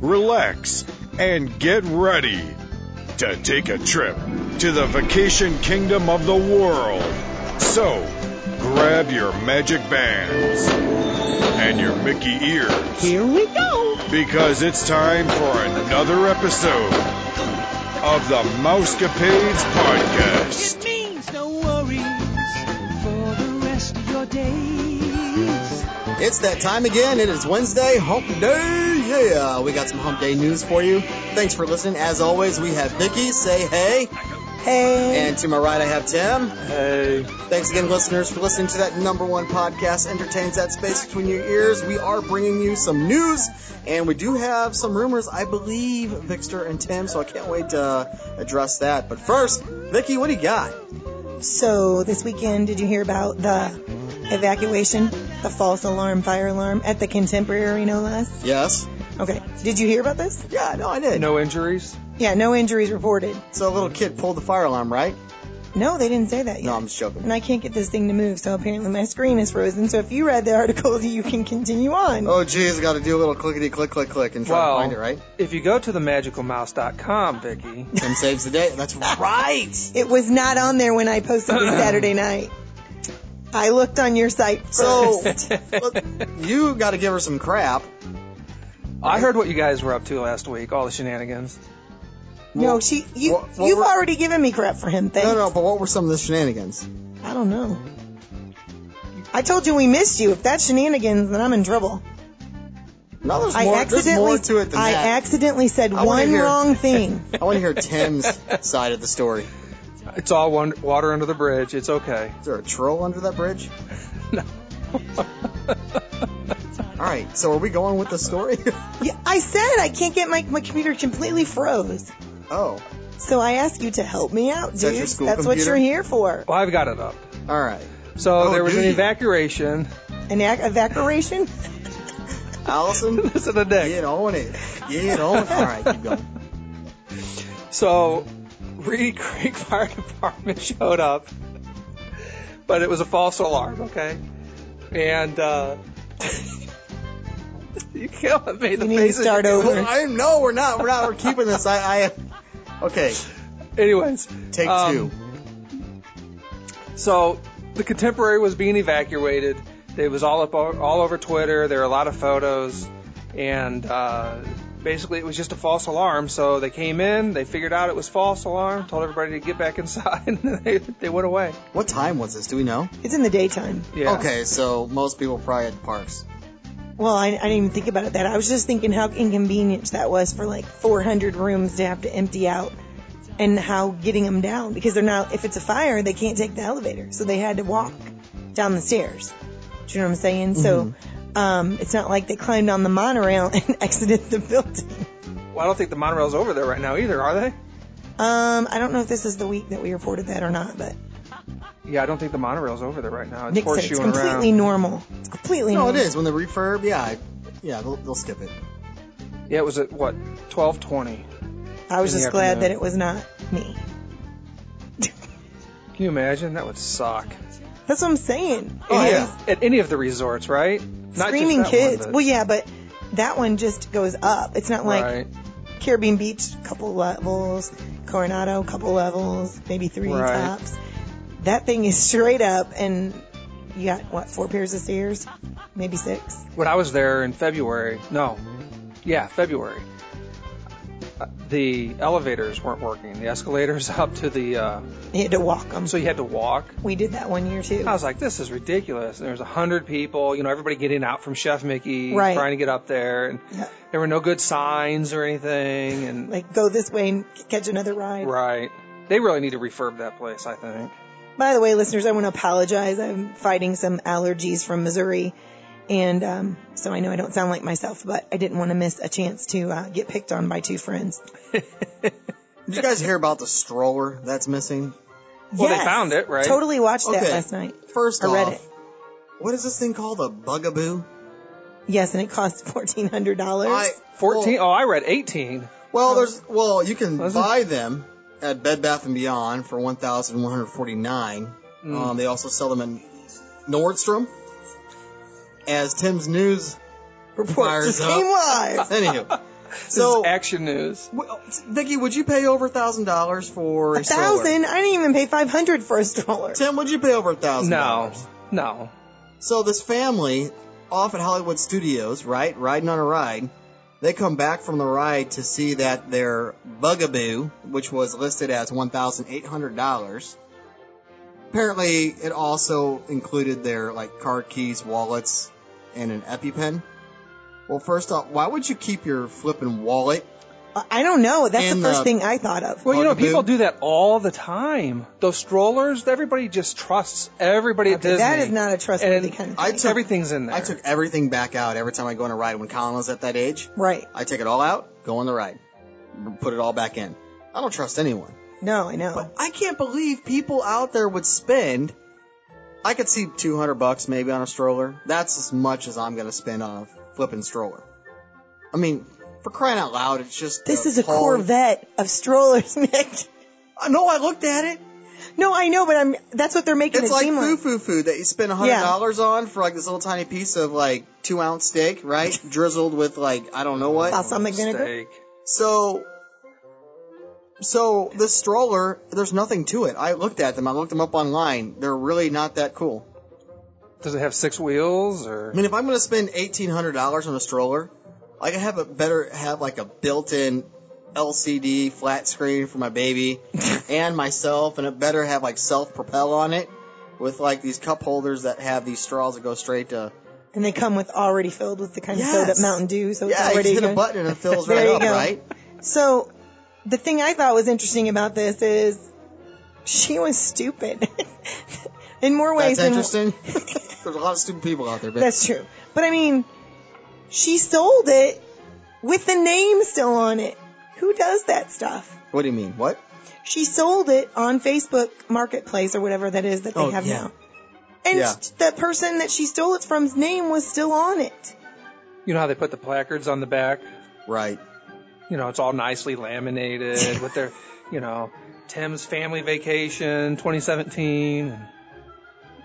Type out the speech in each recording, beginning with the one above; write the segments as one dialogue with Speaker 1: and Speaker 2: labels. Speaker 1: relax, and get ready to take a trip to the vacation kingdom of the world. So, grab your magic bands and your Mickey ears. Here we go! Because it's time for another episode of the Mousecapades Podcast.
Speaker 2: It means no worries for the rest of your days.
Speaker 3: It's that time again. It is Wednesday, Hump Day. Yeah, we got some Hump Day news for you. Thanks for listening. As always, we have Vicky. Say hey. Hey. And to my right, I have Tim. Hey. Thanks again, listeners, for listening to that number one podcast, Entertains That Space Between Your Ears. We are bringing you some news, and we do have some rumors, I believe, Victor and Tim, so I can't wait to uh, address that. But first, Vicky, what do you got?
Speaker 4: So this weekend, did you hear about the evacuation, the false alarm, fire alarm at the Contemporary, no less?
Speaker 3: Yes?
Speaker 4: Okay. Did you hear about this?
Speaker 3: Yeah, no, I did.
Speaker 5: No injuries?
Speaker 4: Yeah, no injuries reported.
Speaker 3: So a little kid pulled the fire alarm, right?
Speaker 4: No, they didn't say that yet.
Speaker 3: No, I'm just joking.
Speaker 4: and I can't get this thing to move, so apparently my screen is frozen. So if you read the article, you can continue on.
Speaker 3: Oh, geez, got to do a little clickety click click click and try
Speaker 5: Well,
Speaker 3: to find it, right?
Speaker 5: if you go to themagicalmouse.com, Vicky,
Speaker 3: Tim saves the day. That's right.
Speaker 4: It was not on there when I posted it Saturday night. I looked on your site first.
Speaker 3: So look, you got to give her some crap.
Speaker 5: I heard what you guys were up to last week, all the shenanigans.
Speaker 4: no, she, you,
Speaker 3: what- what
Speaker 4: you've
Speaker 3: were-
Speaker 4: already given me crap for him. Thanks.
Speaker 3: No, no, but what were some of the shenanigans?
Speaker 4: I don't know. I told you we missed you. If that's shenanigans, then I'm in trouble.
Speaker 3: No, there's
Speaker 4: I
Speaker 3: more. There's
Speaker 4: accidentally,
Speaker 3: more to it than
Speaker 4: I
Speaker 3: that.
Speaker 4: accidentally said
Speaker 3: I wanna
Speaker 4: one
Speaker 3: hear-
Speaker 4: wrong thing.
Speaker 3: I want to hear Tim's side of the story.
Speaker 5: It's all one, water under the bridge. It's okay.
Speaker 3: Is there a troll under that bridge?
Speaker 5: No.
Speaker 3: All right, so are we going with the story?
Speaker 4: Yeah, I said I can't get my my computer completely froze.
Speaker 3: oh,
Speaker 4: So I ask you to help me out,
Speaker 3: Is
Speaker 4: dude.
Speaker 3: that your school
Speaker 4: That's what
Speaker 3: computer?
Speaker 4: you're here for.
Speaker 5: Well, I've got it up.
Speaker 3: all right.
Speaker 5: So
Speaker 3: Oh,
Speaker 5: there was
Speaker 3: do
Speaker 5: an
Speaker 3: you?
Speaker 5: evacuation.
Speaker 4: An ac- evacuation?
Speaker 3: Allison,
Speaker 5: Listen to Nick.
Speaker 3: get on it. Get on. it. All right, keep going.
Speaker 5: So Reedy Creek Fire Department showed up, but it was a false alarm, okay? And, uh, you killing me. The
Speaker 4: You need to
Speaker 5: faces
Speaker 4: start
Speaker 5: you're
Speaker 4: over.
Speaker 5: doing.
Speaker 3: I no, we're not. We're not. We're keeping this. I. I okay,
Speaker 5: Anyways.
Speaker 3: take
Speaker 5: um,
Speaker 3: two.
Speaker 5: So the contemporary was being evacuated. It was all up all over Twitter. There were a lot of photos, and uh, basically it was just a false alarm. So they came in, they figured out it was false alarm, told everybody to get back inside, and they, they went away.
Speaker 3: What time was this? Do we know?
Speaker 4: It's in the daytime.
Speaker 5: Yeah.
Speaker 3: Okay, so most people probably at the parks.
Speaker 4: Well, I, I didn't even think about it that. I was just thinking how inconvenient that was for like 400 rooms to have to empty out and how getting them down because they're not, if it's a fire, they can't take the elevator. So they had to walk down the stairs. Do you know what I'm saying?
Speaker 3: Mm-hmm.
Speaker 4: So, um, it's not like they climbed on the monorail and exited the building.
Speaker 5: Well, I don't think the monorail's over there right now either, are they?
Speaker 4: Um, I don't know if this is the week that we reported that or not, but
Speaker 5: Yeah, I don't think the monorail's over there right now. It's
Speaker 4: Nick said it's
Speaker 5: horseshoeing
Speaker 4: completely
Speaker 5: around.
Speaker 4: normal. It's completely
Speaker 3: No, it
Speaker 4: normal.
Speaker 3: is when the refurb. Yeah, I- yeah, they'll, they'll skip it.
Speaker 5: Yeah, it was at what 12:20.
Speaker 4: I was
Speaker 5: In the
Speaker 4: just glad
Speaker 5: afternoon.
Speaker 4: that it was not me.
Speaker 5: Can you imagine? That would suck.
Speaker 4: That's what I'm saying.
Speaker 3: Oh,
Speaker 5: Any
Speaker 3: yeah.
Speaker 5: of- at any of the resorts, right? Not
Speaker 4: Screaming
Speaker 5: just that one,
Speaker 4: kids.
Speaker 5: but-
Speaker 4: well, yeah, but that one just goes up. It's not like
Speaker 5: right.
Speaker 4: Caribbean Beach, couple levels, Coronado, couple levels, maybe three
Speaker 5: Right.
Speaker 4: tops. That thing is straight up, and you got what four pairs of stairs, maybe six.
Speaker 5: when I was there in February, no, yeah, February, uh, the elevators weren't working. The escalators up to the, uh,
Speaker 4: You had to walk them.
Speaker 5: so you had to walk.
Speaker 4: we did that one year too.
Speaker 5: I was like, this is ridiculous. And there was a hundred people, you know, everybody getting out from Chef Mickey,
Speaker 4: Right.
Speaker 5: trying to get up there, and
Speaker 4: Yeah.
Speaker 5: there were no good signs or anything, and
Speaker 4: Like go this way and c- catch another ride.
Speaker 5: right. They really need to refurb that place, I think.
Speaker 4: By the way, listeners, I want to apologize. I'm fighting some allergies from Missouri, And um, so I know I don't sound like myself, but I didn't want to miss a chance to uh, get picked on by two friends.
Speaker 3: Did you guys hear about the stroller that's missing?
Speaker 5: Well,
Speaker 4: Yes.
Speaker 5: they found it, right?
Speaker 4: Totally watched that
Speaker 3: Okay.
Speaker 4: last night.
Speaker 3: First
Speaker 4: I
Speaker 3: off,
Speaker 4: read it.
Speaker 3: what is this thing called? A bugaboo?
Speaker 4: Yes, and it cost fourteen hundred dollars.
Speaker 3: I-
Speaker 5: 14.
Speaker 3: Well,
Speaker 5: oh, I read 18.
Speaker 3: well, there's well, you can
Speaker 5: Wasn't-
Speaker 3: buy them at Bed Bath and Beyond for one thousand one hundred forty nine.
Speaker 5: Mm.
Speaker 3: Um, they also sell them in Nordstrom. As Tim's news
Speaker 4: Report just
Speaker 3: fires up.
Speaker 4: came live.
Speaker 3: Anywho,
Speaker 5: This
Speaker 3: so
Speaker 5: is action news.
Speaker 3: well, Vicky, would you pay over a thousand dollars for a,
Speaker 4: A
Speaker 3: stroller?
Speaker 4: thousand? I didn't even pay five hundred for a stroller.
Speaker 3: Tim, would you pay over a thousand?
Speaker 5: No,
Speaker 3: dollars?
Speaker 5: no.
Speaker 3: So this family off at Hollywood Studios, right, riding on a ride. They come back from the ride to see that their bugaboo, which was listed as one thousand eight hundred dollars, apparently it also included their like car keys, wallets, and an EpiPen. Well, first off, why would you keep your flippin' wallet?
Speaker 4: I don't know. That's the
Speaker 3: And,
Speaker 4: first
Speaker 3: uh,
Speaker 4: thing I thought of.
Speaker 5: Well, you know,
Speaker 3: Bugaboo.
Speaker 5: people do that all the time. Those strollers, everybody just trusts everybody at
Speaker 4: Okay,
Speaker 5: Disney.
Speaker 4: that is not a trustworthy
Speaker 5: And
Speaker 4: kind of thing.
Speaker 3: I took
Speaker 5: Everything's in there.
Speaker 3: I took everything back out every time I go on a ride when Colin was at that age.
Speaker 4: right?
Speaker 3: I take it all out, go on the ride, put it all back in. I don't trust anyone.
Speaker 4: No, I know.
Speaker 3: But I can't believe people out there would spend. I could see 200 bucks maybe on a stroller. That's as much as I'm going to spend on a flipping stroller. I mean, for crying out loud, it's just.
Speaker 4: this
Speaker 3: the
Speaker 4: is a
Speaker 3: tall-
Speaker 4: Corvette of strollers, Nick.
Speaker 3: I know, I looked at it.
Speaker 4: No, I know, but I'm. That's what they're making
Speaker 3: It's
Speaker 4: it
Speaker 3: like
Speaker 4: seem
Speaker 3: foo
Speaker 4: like.
Speaker 3: foo food that you spend $100 on for like this little tiny piece of like two ounce steak, right? Drizzled with like, I don't know what.
Speaker 4: Balsamic vinegar.
Speaker 5: Steak.
Speaker 3: So, so this stroller, there's nothing to it. I looked at them. I looked them up online. They're really not that cool.
Speaker 5: Does it have six wheels or?
Speaker 3: I mean, if I'm gonna spend eighteen hundred dollars on a stroller, I could have a better have like a built-in LCD flat screen for my baby and myself, and it better have like self-propel on it with like these cup holders that have these straws that go straight to.
Speaker 4: And they come with already filled with the kind
Speaker 3: Yes.
Speaker 4: of filled up Mountain Dew, so it's
Speaker 3: Yeah, you
Speaker 4: already
Speaker 3: just hit a
Speaker 4: good.
Speaker 3: button and it fills
Speaker 4: There
Speaker 3: right
Speaker 4: you
Speaker 3: up,
Speaker 4: go.
Speaker 3: right?
Speaker 4: So, the thing I thought was interesting about this is she was stupid in more ways
Speaker 3: That's
Speaker 4: than
Speaker 3: interesting. There's a lot of stupid people out there, but
Speaker 4: that's true. But I mean, she sold it with the name still on it. Who does that stuff?
Speaker 3: what do you mean? What?
Speaker 4: She sold it on Facebook Marketplace or whatever that is that they
Speaker 3: Oh,
Speaker 4: have
Speaker 3: yeah.
Speaker 4: now. And
Speaker 3: Yeah.
Speaker 4: the person that she stole it from's name was still on it.
Speaker 5: You know how they put the placards on the back?
Speaker 3: Right.
Speaker 5: You know, it's all nicely laminated with their, you know, Tim's family vacation 2017. and-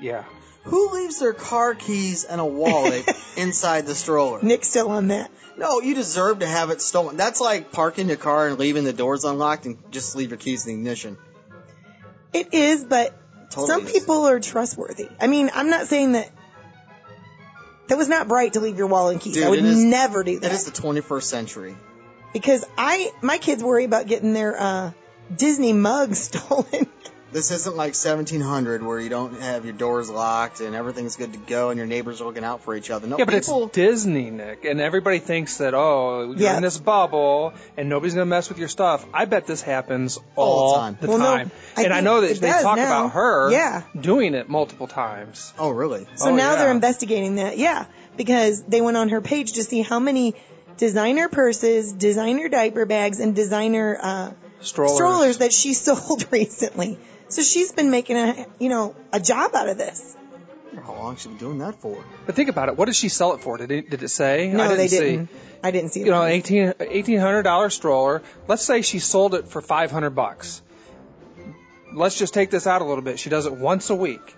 Speaker 5: Yeah.
Speaker 3: Who leaves their car keys and a wallet inside the stroller?
Speaker 4: Nick's still on that.
Speaker 3: No, you deserve to have it stolen. That's like parking your car and leaving the doors unlocked and just leave your keys in the ignition.
Speaker 4: It is, but
Speaker 3: Totally
Speaker 4: some
Speaker 3: is.
Speaker 4: people are trustworthy. I mean, I'm not saying that that was not bright to leave your wallet and keys.
Speaker 3: Dude,
Speaker 4: I would
Speaker 3: it is-
Speaker 4: never do that
Speaker 3: That is the 21st century.
Speaker 4: because I my kids worry about getting their uh, Disney mugs stolen.
Speaker 3: This isn't like 1700 where you don't have your doors locked and everything's good to go and your neighbors are looking out for each other. No,
Speaker 5: Yeah, but it's
Speaker 3: people,
Speaker 5: Disney, Nick, and everybody thinks that, oh, you're
Speaker 4: Yeah.
Speaker 5: in this bubble and nobody's going to mess with your stuff. I bet this happens
Speaker 3: All the
Speaker 5: all
Speaker 3: time.
Speaker 5: the
Speaker 4: Well, no,
Speaker 5: time.
Speaker 4: I
Speaker 5: and I
Speaker 4: think
Speaker 5: know
Speaker 4: it
Speaker 5: that they
Speaker 4: does
Speaker 5: talk
Speaker 4: now.
Speaker 5: about her
Speaker 4: Yeah.
Speaker 5: doing it multiple times.
Speaker 3: Oh, really?
Speaker 4: So
Speaker 5: Oh,
Speaker 4: now
Speaker 5: yeah.
Speaker 4: they're investigating that. Yeah, because they went on her page to see how many designer purses, designer diaper bags, and designer uh,
Speaker 5: Strollers.
Speaker 4: strollers that she sold recently. So she's been making a you know a job out of this.
Speaker 3: I wonder How long she been doing that for?
Speaker 5: But think about it. What did she sell it for? Did it, did it say?
Speaker 4: No,
Speaker 5: I didn't
Speaker 4: they
Speaker 5: see.
Speaker 4: didn't. I didn't see.
Speaker 5: you know,
Speaker 4: that.
Speaker 5: an 18, $1,800 stroller. Let's say she sold it for 500 bucks. Let's just take this out a little bit. She does it once a week.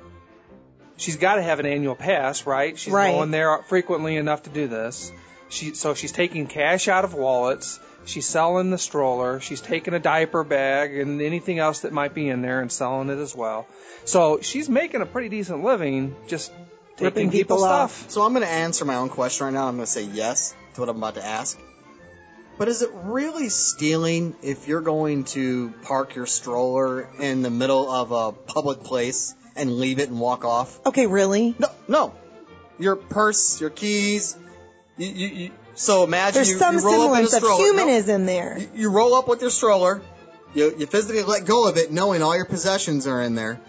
Speaker 5: She's got to have an annual pass, right? She's
Speaker 4: Right.
Speaker 5: going there frequently enough to do this. She, so she's taking cash out of wallets. She's selling the stroller. She's taking a diaper bag and anything else that might be in there and selling it as well. So she's making a pretty decent living just taking
Speaker 4: Ripping
Speaker 5: people's
Speaker 4: people off.
Speaker 5: stuff.
Speaker 3: So I'm going to answer my own question right now. I'm going to say yes to what I'm about to ask. But is it really stealing if you're going to park your stroller in the middle of a public place and leave it and walk off?
Speaker 4: Okay, really?
Speaker 3: No, no. Your purse, your keys. You, you, you, so imagine
Speaker 4: There's
Speaker 3: you,
Speaker 4: some
Speaker 3: you roll up in a
Speaker 4: semblance of
Speaker 3: stroller. no,
Speaker 4: humanism there.
Speaker 3: you- you roll up with your stroller. You, you physically let go of it, knowing all your possessions are in there,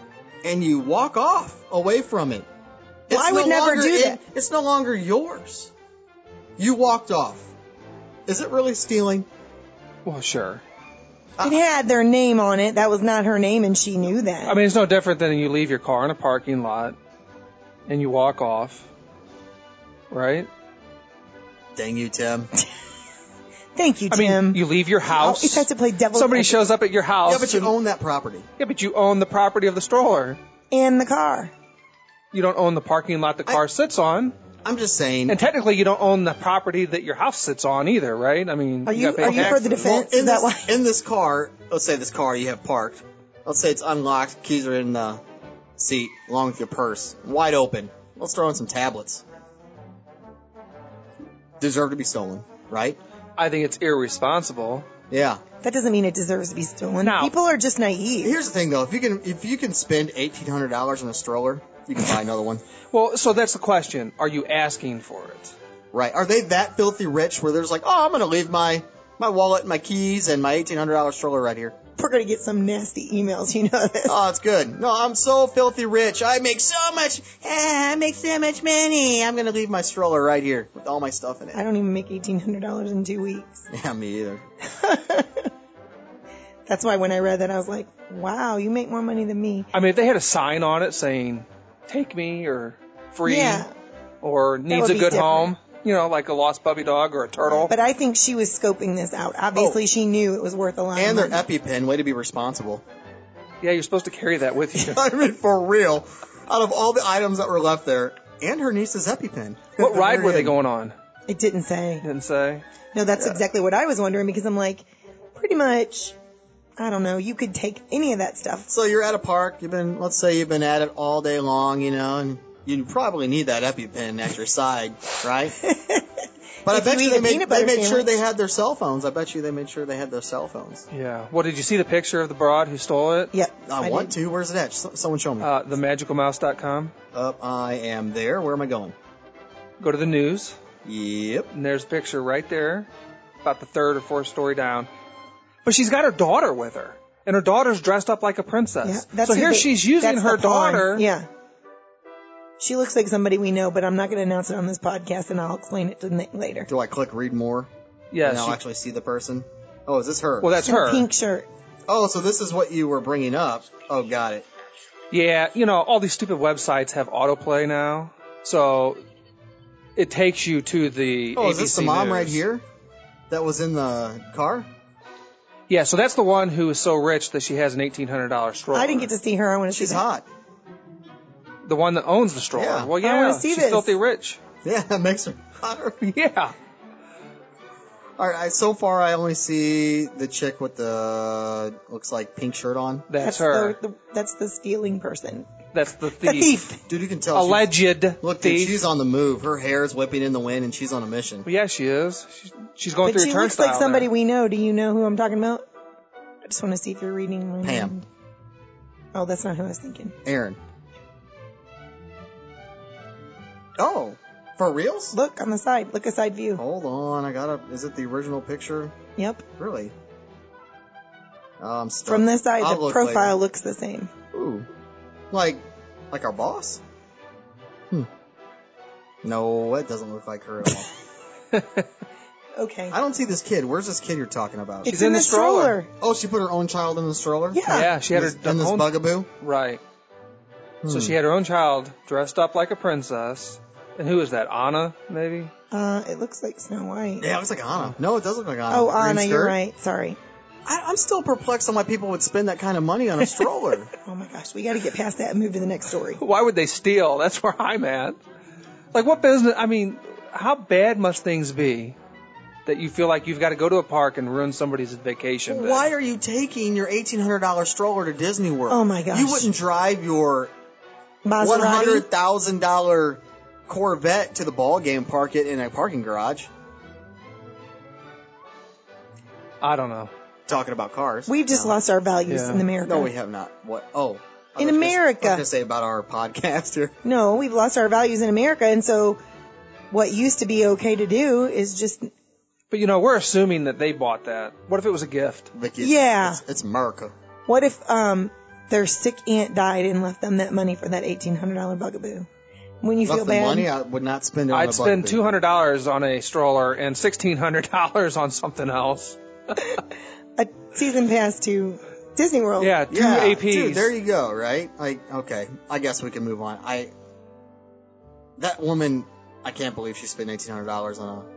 Speaker 3: and you walk off away from it.
Speaker 4: Well, I would never
Speaker 3: longer
Speaker 4: do
Speaker 3: in-
Speaker 4: that.
Speaker 3: It's no longer yours. You walked off. Is it really stealing? Ah,
Speaker 5: Well, sure.
Speaker 4: It had their name on it. That was not her name, and she knew that.
Speaker 5: I mean, it's no different than you leave your car in a parking lot and you walk off, right?
Speaker 3: Dang you, Tim.
Speaker 4: Thank you,
Speaker 5: I mean,
Speaker 4: Tim.
Speaker 5: you leave your
Speaker 4: Oh,
Speaker 5: house.
Speaker 4: if I had to play devil,
Speaker 5: Somebody shows up at your house.
Speaker 3: Yeah, but you
Speaker 5: and-
Speaker 3: own that property.
Speaker 5: yeah, but you own the property of the stroller.
Speaker 4: in the car.
Speaker 5: You don't own the parking lot the car sits on,
Speaker 3: I'm just saying.
Speaker 5: and technically you don't own the property that your house sits on either, right? I mean,
Speaker 4: Are you-
Speaker 5: gotta pay
Speaker 4: are you for the
Speaker 5: taxes.
Speaker 4: defense?
Speaker 3: in,
Speaker 4: Is that
Speaker 3: this,
Speaker 4: why-
Speaker 3: in this car, let's say this car you have parked. Let's say it's unlocked. Keys are in the seat, along with your purse, wide open. Let's throw in some tablets. Deserve to be stolen, right?
Speaker 5: I think it's irresponsible.
Speaker 3: Yeah.
Speaker 4: That doesn't mean it deserves to be stolen.
Speaker 5: No.
Speaker 4: People are just naive.
Speaker 3: Here's the thing, though. If you can, if you can spend eighteen hundred dollars on a stroller, you can buy another one.
Speaker 5: Well, so that's the question. Are you asking for it?
Speaker 3: Right? Are they that filthy rich where there's like, oh, I'm gonna leave my my wallet, my keys, and my eighteen hundred dollar stroller right here?
Speaker 4: We're gonna get some nasty emails, you know this.
Speaker 3: Oh, it's good. No, I'm so filthy rich. I make so much. eh, I make so much money. I'm gonna leave my stroller right here with all my stuff in
Speaker 4: I
Speaker 3: it.
Speaker 4: don't even make eighteen hundred dollars in two weeks.
Speaker 3: Yeah, me either.
Speaker 4: That's why when I read that, I was like, "Wow, you make more money than me."
Speaker 5: I mean, if they had a sign on it saying "Take me" or "Free"
Speaker 4: Yeah,
Speaker 5: or "Needs
Speaker 4: would
Speaker 5: a
Speaker 4: be
Speaker 5: good
Speaker 4: different.
Speaker 5: home," you know, like a lost puppy dog or a turtle.
Speaker 4: but I think she was scoping this out. Obviously, she knew it was worth a lot. of
Speaker 3: Oh. And their
Speaker 4: money.
Speaker 3: EpiPen, way to be responsible.
Speaker 5: yeah, you're supposed to carry that with you.
Speaker 3: I mean, for real. Out of all the items that were left there, and her niece's EpiPen.
Speaker 5: what ride were they going on?
Speaker 4: It didn't say.
Speaker 5: Didn't say.
Speaker 4: No, that's exactly what I was wondering because I'm like, pretty much, I don't know. You could take any of that stuff.
Speaker 3: So you're at a park. You've been, let's say, you've been at it all day long, you know, and you probably need that EpiPen at your side, right? But I
Speaker 4: If
Speaker 3: bet
Speaker 4: you
Speaker 3: you
Speaker 4: eat
Speaker 3: they
Speaker 4: a
Speaker 3: made,
Speaker 4: peanut
Speaker 3: they
Speaker 4: butter
Speaker 3: made sure
Speaker 4: sandwich.
Speaker 3: they had their cell phones. I bet you they made sure they had their cell phones.
Speaker 5: Yeah. Well, did you see the picture of the broad who stole it?
Speaker 4: Yep.
Speaker 3: I, want
Speaker 4: did.
Speaker 3: to. Where's it at? S- someone show me.
Speaker 5: Uh, themagicalmouse.com.
Speaker 3: Up, I am there. Where am I going?
Speaker 5: Go to the news,
Speaker 3: Yep.
Speaker 5: and there's a picture right there, about the third or fourth story down. But she's got her daughter with her, and her daughter's dressed up like a
Speaker 4: Yeah,
Speaker 5: princess.
Speaker 4: that's
Speaker 5: so
Speaker 4: who
Speaker 5: here
Speaker 4: they-
Speaker 5: she's using
Speaker 4: that's the
Speaker 5: her
Speaker 4: pawn.
Speaker 5: daughter.
Speaker 4: Yeah. She looks like somebody we know, but I'm not going to announce it on this podcast, and I'll explain it to Nick later.
Speaker 3: Do I click read more?
Speaker 5: Yeah,
Speaker 3: and I'll
Speaker 5: she-
Speaker 3: actually see the person. Oh, is this her?
Speaker 5: well, that's
Speaker 4: In a
Speaker 5: her.
Speaker 4: pink shirt.
Speaker 3: oh, so this is what you were bringing up. Oh, got it.
Speaker 5: Yeah, you know, all these stupid websites have autoplay now, so it takes you to the.
Speaker 3: Oh, is this
Speaker 5: ABC
Speaker 3: the mom
Speaker 5: News.
Speaker 3: right here? That was in the car?
Speaker 5: Yeah, so that's the one who is so rich that she has an eighteen hundred dollar stroller.
Speaker 4: I didn't get to see her. I want to see
Speaker 3: She's
Speaker 4: that.
Speaker 3: hot.
Speaker 5: the one that owns the stroller.
Speaker 3: Yeah.
Speaker 5: Well,
Speaker 4: I
Speaker 5: yeah,
Speaker 4: wanna see
Speaker 5: she's
Speaker 4: this.
Speaker 5: filthy rich.
Speaker 3: Yeah, that makes her hotter.
Speaker 5: Yeah.
Speaker 3: All right. I, so far, I only see the chick with the looks like pink shirt on.
Speaker 5: That's, her.
Speaker 4: The, the, that's the stealing person.
Speaker 5: that's the thief.
Speaker 4: The thief.
Speaker 3: Dude, you can tell. she's-
Speaker 5: Alleged
Speaker 3: Look, dude,
Speaker 5: thief.
Speaker 3: she's on the move. Her hair is whipping in the wind, and she's on a mission.
Speaker 5: Well, yeah, she is. She's, she's going
Speaker 4: But
Speaker 5: through
Speaker 4: she
Speaker 5: a
Speaker 4: looks
Speaker 5: turnstile.
Speaker 4: like somebody
Speaker 5: there.
Speaker 4: we know. Do you know who I'm talking about? I just want to see if you're reading my
Speaker 3: Pam.
Speaker 4: mind. Oh, that's not who I was thinking.
Speaker 3: Aaron. Oh, for reals?
Speaker 4: Look on the side. Look a side view.
Speaker 5: Oh.
Speaker 3: Hold on, I gotta. Is it the original picture?
Speaker 4: Yep.
Speaker 3: Really? Oh, I'm stuck.
Speaker 4: From this side,
Speaker 3: I'll
Speaker 4: the
Speaker 3: look
Speaker 4: profile looks the same.
Speaker 3: later. Ooh, like, like our boss? Hmm. No, that doesn't look like her at all.
Speaker 4: Okay.
Speaker 3: I don't see this kid. Where's this kid you're talking about?
Speaker 4: it's
Speaker 5: in
Speaker 4: in
Speaker 5: the
Speaker 4: the stroller.
Speaker 3: oh, she put her own child in the stroller.
Speaker 4: Yeah.
Speaker 5: Yeah, she had her
Speaker 3: And this
Speaker 5: own-
Speaker 3: bugaboo.
Speaker 5: Right. So
Speaker 3: Hmm.
Speaker 5: she had her own child dressed up like a princess. And who is that? Anna, maybe?
Speaker 4: Uh, it looks like Snow White.
Speaker 3: Yeah, it looks like Anna. No, it does look like Anna.
Speaker 4: Oh,
Speaker 3: The Um, green
Speaker 4: Anna, you're
Speaker 3: skirt.
Speaker 4: right. Sorry.
Speaker 3: I, I'm still perplexed on why people would spend that kind of money on a stroller.
Speaker 4: Oh my gosh, we got to get past that and move to the next story.
Speaker 5: Why would they steal? That's where I'm at. Like, what business? I mean, how bad must things be that you feel like you've got to go to a park and ruin somebody's vacation? day?
Speaker 3: Why are you taking your eighteen hundred dollar stroller to Disney World?
Speaker 4: Oh my gosh.
Speaker 3: You wouldn't drive your one
Speaker 4: Maserati.
Speaker 3: hundred thousand dollar Corvette to the ball game, park it in a parking garage.
Speaker 5: I don't know.
Speaker 3: Talking about cars.
Speaker 4: We've just lost our values
Speaker 5: Yeah.
Speaker 4: in America.
Speaker 3: no, we have not. What? Oh, I
Speaker 4: In
Speaker 3: was gonna-
Speaker 4: America.
Speaker 3: I was gonna say about our podcast here.
Speaker 4: No, we've lost our values in America, and so what used to be okay to do is just
Speaker 5: But you know, we're assuming that they bought that. What if it was a gift?
Speaker 3: Vicky,
Speaker 4: Yeah.
Speaker 3: it's, it's America.
Speaker 4: what if um their sick aunt died and left them that money for that eighteen hundred dollar bugaboo, when you
Speaker 3: That's
Speaker 4: feel
Speaker 3: the
Speaker 4: bad.
Speaker 3: money I would not spend it on a
Speaker 5: I'd
Speaker 3: bug
Speaker 5: spend
Speaker 3: bait.
Speaker 5: two hundred dollars on a stroller and sixteen hundred dollars on something else.
Speaker 4: a season pass to Disney World.
Speaker 5: Yeah, two
Speaker 3: yeah,
Speaker 5: APs.
Speaker 3: Dude, there you go, right? Like, okay, I guess we can move on. I that woman, I can't believe she spent eighteen hundred dollars on a.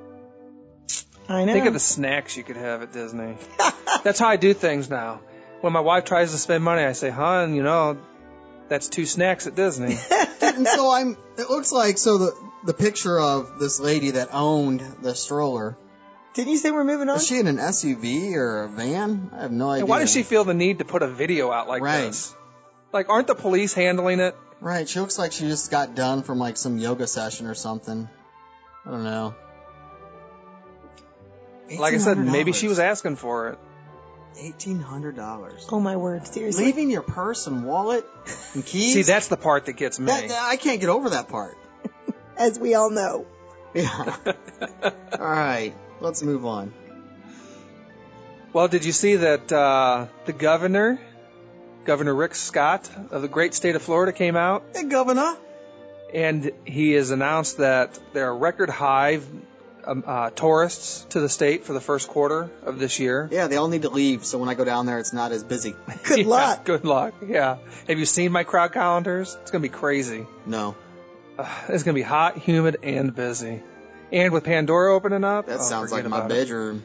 Speaker 4: I know.
Speaker 5: Think of the snacks you could have at Disney. that's how I do things now. When my wife tries to spend money, I say, "Hon, you know, that's two snacks at Disney."
Speaker 3: and so I'm. It looks like so the the picture of this lady that owned the stroller.
Speaker 4: Didn't you say we're moving on?
Speaker 3: Is she in an SUV or a van? I have no idea.
Speaker 5: and why does she feel the need to put a video out like
Speaker 3: Right.
Speaker 5: this? Like, aren't the police handling it?
Speaker 3: Right, she looks like she just got done from like some yoga session or something. I don't know.
Speaker 5: Like I said, maybe she
Speaker 3: $1,800.
Speaker 5: was asking for it.
Speaker 3: eighteen hundred dollars.
Speaker 4: oh my word! Seriously.
Speaker 3: Leaving your purse and wallet and keys.
Speaker 5: See, that's the part that gets me.
Speaker 3: That- that- I can't get over that part.
Speaker 4: As we all know.
Speaker 3: Yeah. All right, let's move on.
Speaker 5: Well, did you see that uh, the governor, Governor Rick Scott of the great state of Florida, came out
Speaker 3: Hey, Governor.
Speaker 5: and he has announced that there are record high um, uh, tourists to the state for the first quarter of this year.
Speaker 3: Yeah, they all need to leave, so when I go down there, it's not as busy.
Speaker 4: Good
Speaker 5: Yeah,
Speaker 4: luck.
Speaker 5: Good luck. Yeah. Have you seen my crowd calendars? It's gonna be crazy.
Speaker 3: No,
Speaker 5: Ugh, it's gonna be hot, humid, and busy. And with Pandora opening up,
Speaker 3: that
Speaker 5: oh,
Speaker 3: sounds like
Speaker 5: forget
Speaker 3: my
Speaker 5: about it.
Speaker 3: bedroom.